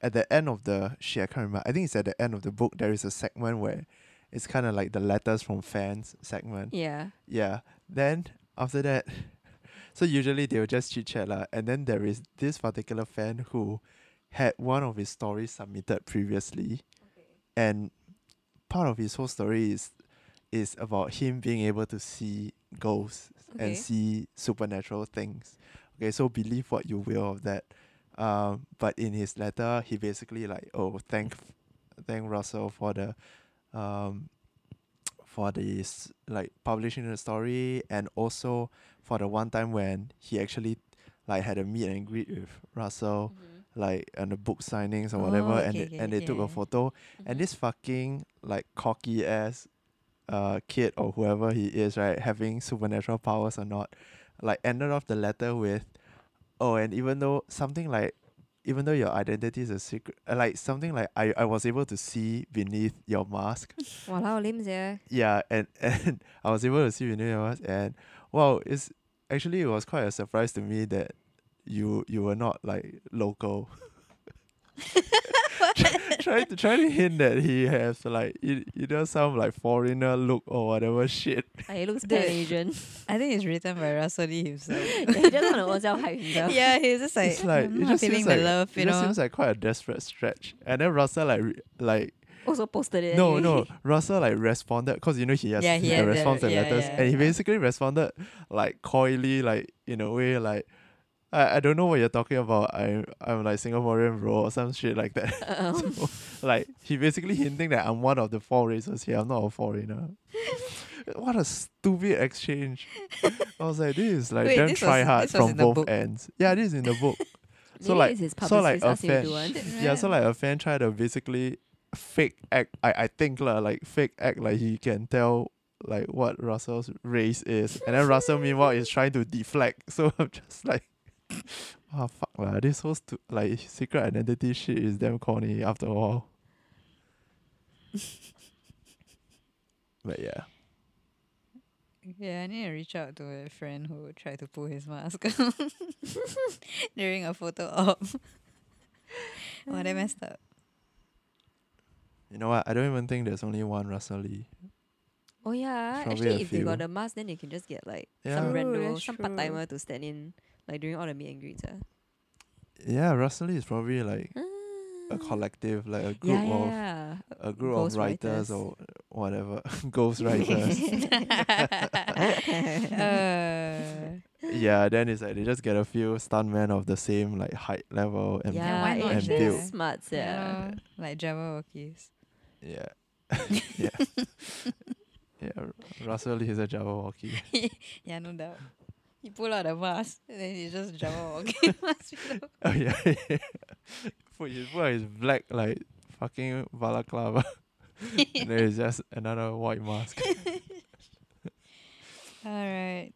A: at the end of the shit, I can't remember. I think it's at the end of the book. There is a segment where it's kind of like the letters from fans segment.
D: Yeah.
A: Yeah. Then after that, [laughs] so usually they will just chit chat lah. And then there is this particular fan who had one of his stories submitted previously, and part of his whole story is is about him being able to see ghosts
D: Okay.
A: and see supernatural things. Okay, so believe what you will of that. Um, but in his letter, he basically like oh thank thank Russell for the um for this like publishing the story and also for the one time when he actually like had a meet and greet with Russell like and the book signings or whatever
C: Oh,
A: and
C: okay,
A: they,
C: okay, Mm-hmm.
A: and they took
C: yeah.
A: a photo and this fucking like cocky ass uh kid or whoever he is right having supernatural powers or not like ended off the letter with oh and even though something like even though your identity is a secret uh, like something like I, I was able to see beneath your mask
D: Walao limbs yeah.
C: [laughs]
A: yeah, and [laughs] and I was able to see Renee Yomas and wow, it's actually it was quite a surprise to me that you you were not like local. [laughs] trying to try to hint that he has like you you know some like foreigner look or whatever shit.
D: I Ah, looks
C: Dude.
D: Pan Asian. [laughs]
C: I think it's written by Russell Lee himself.
D: he doesn't want to own hype himself.
C: yeah, he's just like, "Hmm,
A: It's like
C: I'm
A: it
C: not
A: just
C: feeling
A: seems
C: the
A: like
C: love,
A: it
C: you
A: just
C: know.
A: seems like quite a desperate stretch. And then Russell like re- like
D: Also posted it.
A: No,
D: anyway.
C: [laughs]
D: [laughs]
A: no. Russell like responded because you know he has
C: Yeah, he
A: the
C: had the-
A: response and
C: yeah,
A: letters,
C: yeah,
A: and he
C: yeah.
A: basically responded like coyly, like in a way like. I, I don't know what you're talking about. I'm I'm like Singaporean bro or some shit like that. [laughs]
C: [laughs]
D: Um,
A: like he basically hinting that I'm one of the four racers here. I'm not a foreigner. [laughs] what a stupid exchange.
C: [laughs]
A: I was like, oh. this is like
C: Wait,
A: damn
C: this was-
A: try hard
C: this was
A: from
C: in the
A: both
C: book.
A: ends. Yeah, this is in the book. so
D: maybe
A: like
D: it's his
A: so like
D: publicist
A: a
D: asking him to
A: fan
D: do
A: [laughs]
D: one.
A: yeah, so like a fan tried to basically fake act. I I think lah, like fake act like he can tell like what Russell's race is, and then Russell meanwhile is trying to deflect. [laughs] So I'm just like, ah fuck lah, this whole stu- like secret identity shit is damn corny after
D: [laughs]
A: all. but yeah,
C: Yeah, I need to reach out to a friend who tried to pull his mask [laughs] during a photo op. [laughs] oh, they messed up.
A: you know what? I don't even think there's only one Russell Lee.
D: Oh yeah.
A: Probably
D: Actually
A: a
D: if they got
A: few.
D: the mask then they can just get like
A: Yeah.
D: some
C: True,
D: rando,
C: that's
D: some
C: true.
D: part timer to stand in like during all the meet and greets. ah.
A: Yeah, Russell Lee is probably like
D: Ah. [gasps]
A: a collective, like a group
D: yeah, yeah,
A: of
D: yeah.
A: a group
D: Ghost
A: of writers,
D: writers.
A: or uh, whatever [laughs] ghost
C: [laughs]
A: writers.
C: [laughs] Uh,
A: yeah, then it's like they just get a few stuntmen of the same like height level and
D: yeah,
C: why not
D: it's
A: and
D: just
A: build.
D: smart, yeah.
C: yeah. Like Jabberwockies.
A: yeah, yeah, [laughs] yeah. Ru- Russell Lee is a Jabberwocky. [laughs]
C: yeah, no doubt. He pull out a mask and then he just Jabberwocky [laughs] mask below.
A: Oh yeah, [laughs] put his put on his black like fucking [laughs] balaclava. and then it's just another white
C: [laughs]
A: mask.
C: All right.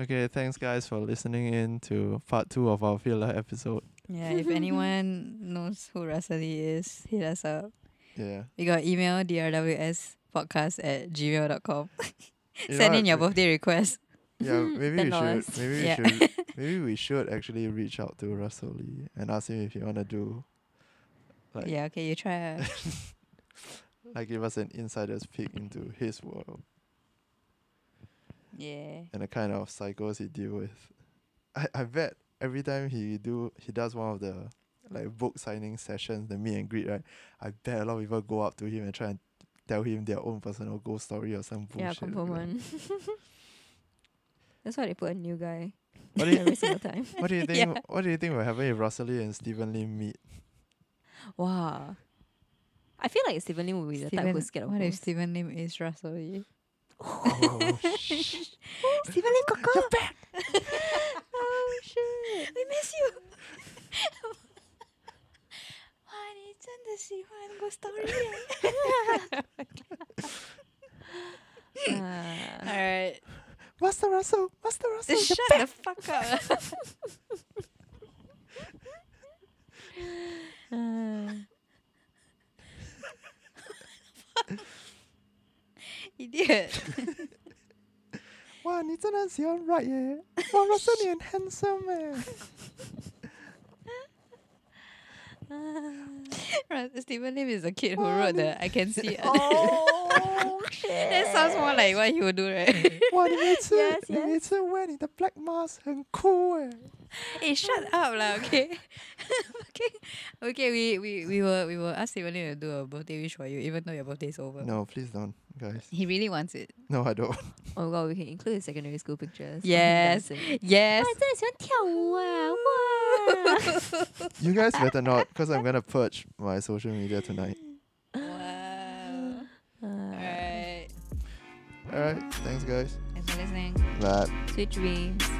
A: Okay, thanks guys for listening in to part two of our filler episode.
C: Yeah, [laughs] if anyone knows who Rasali is, hit us up.
A: Yeah.
C: We got email drwspodcast at gmail.com.
A: You
C: Send
A: know
C: in your
A: what,
C: birthday request.
A: Yeah,
C: [laughs]
A: maybe we should.
D: $10.
A: Maybe we
C: Yeah.
A: should. Maybe we should actually reach out to Russell Lee and ask him if he wanna do, like,
C: [laughs] Yeah, okay, you try. ah.
A: like give us an insider's peek into his world
C: yeah.
A: and the kind of cycles he deal with. I I bet every time he do he does one of the like book signing sessions, the meet and greet, right? I bet a lot of people go up to him and try and tell him their own personal ghost story or some bullshit.
D: Yeah,
A: like
D: confirm
A: that.
D: one. [laughs] That's why they put a new guy [laughs]
A: What do you
D: every single time.
A: What do you think? What do you think will happen if Russell Lee and Stephen Lee meet?
D: Wow. I feel like Stephen Lee would be the type who's scared of
C: what if
D: ghosts.
C: Stephen Lim is Russell Lee? [laughs]
A: Oh, sh-
E: Stephen Lim Koko. You're back.
C: oh shit! We miss you. [laughs]
E: 哇，你真的喜欢我story。
C: [laughs] All
D: Ah.
C: right,
A: Master Russell, Master Russell.
D: [laughs]
C: shut the fuck up. [laughs] Idiot.
A: 哇，你真的很喜欢 Right 耶！哇，Russell 你很 handsome 耶！
C: Right, Stephen Lim is the kid who
A: What?
C: wrote the I can see. [laughs]
D: oh,
C: that sounds more like what he would do, right? [laughs]
A: 哇，你每次
D: Yes,
A: 你每次 wear 你的 black mask 很 cool 耶！
C: hey, shut up lah, okay? [laughs] okay. Okay, we, we, we will we will ask Stephen Lim to do a birthday wish for you, even though your birthday is over.
A: No, please don't, guys.
C: He really wants it.
A: No, I [laughs] don't.
D: [laughs] Oh my god, we can include his secondary school pictures. of him
C: Yes.
D: dancing.
C: Yes.
D: Ah, [laughs]
E: 真的喜欢跳舞啊！哇，
C: [laughs]
A: You guys better not, because I'm gonna purge my social media tonight.
C: wow.
D: Ah.
C: Alright.
A: All right, thanks guys.
C: Thanks for listening.
A: Bye.
D: Sweet dreams.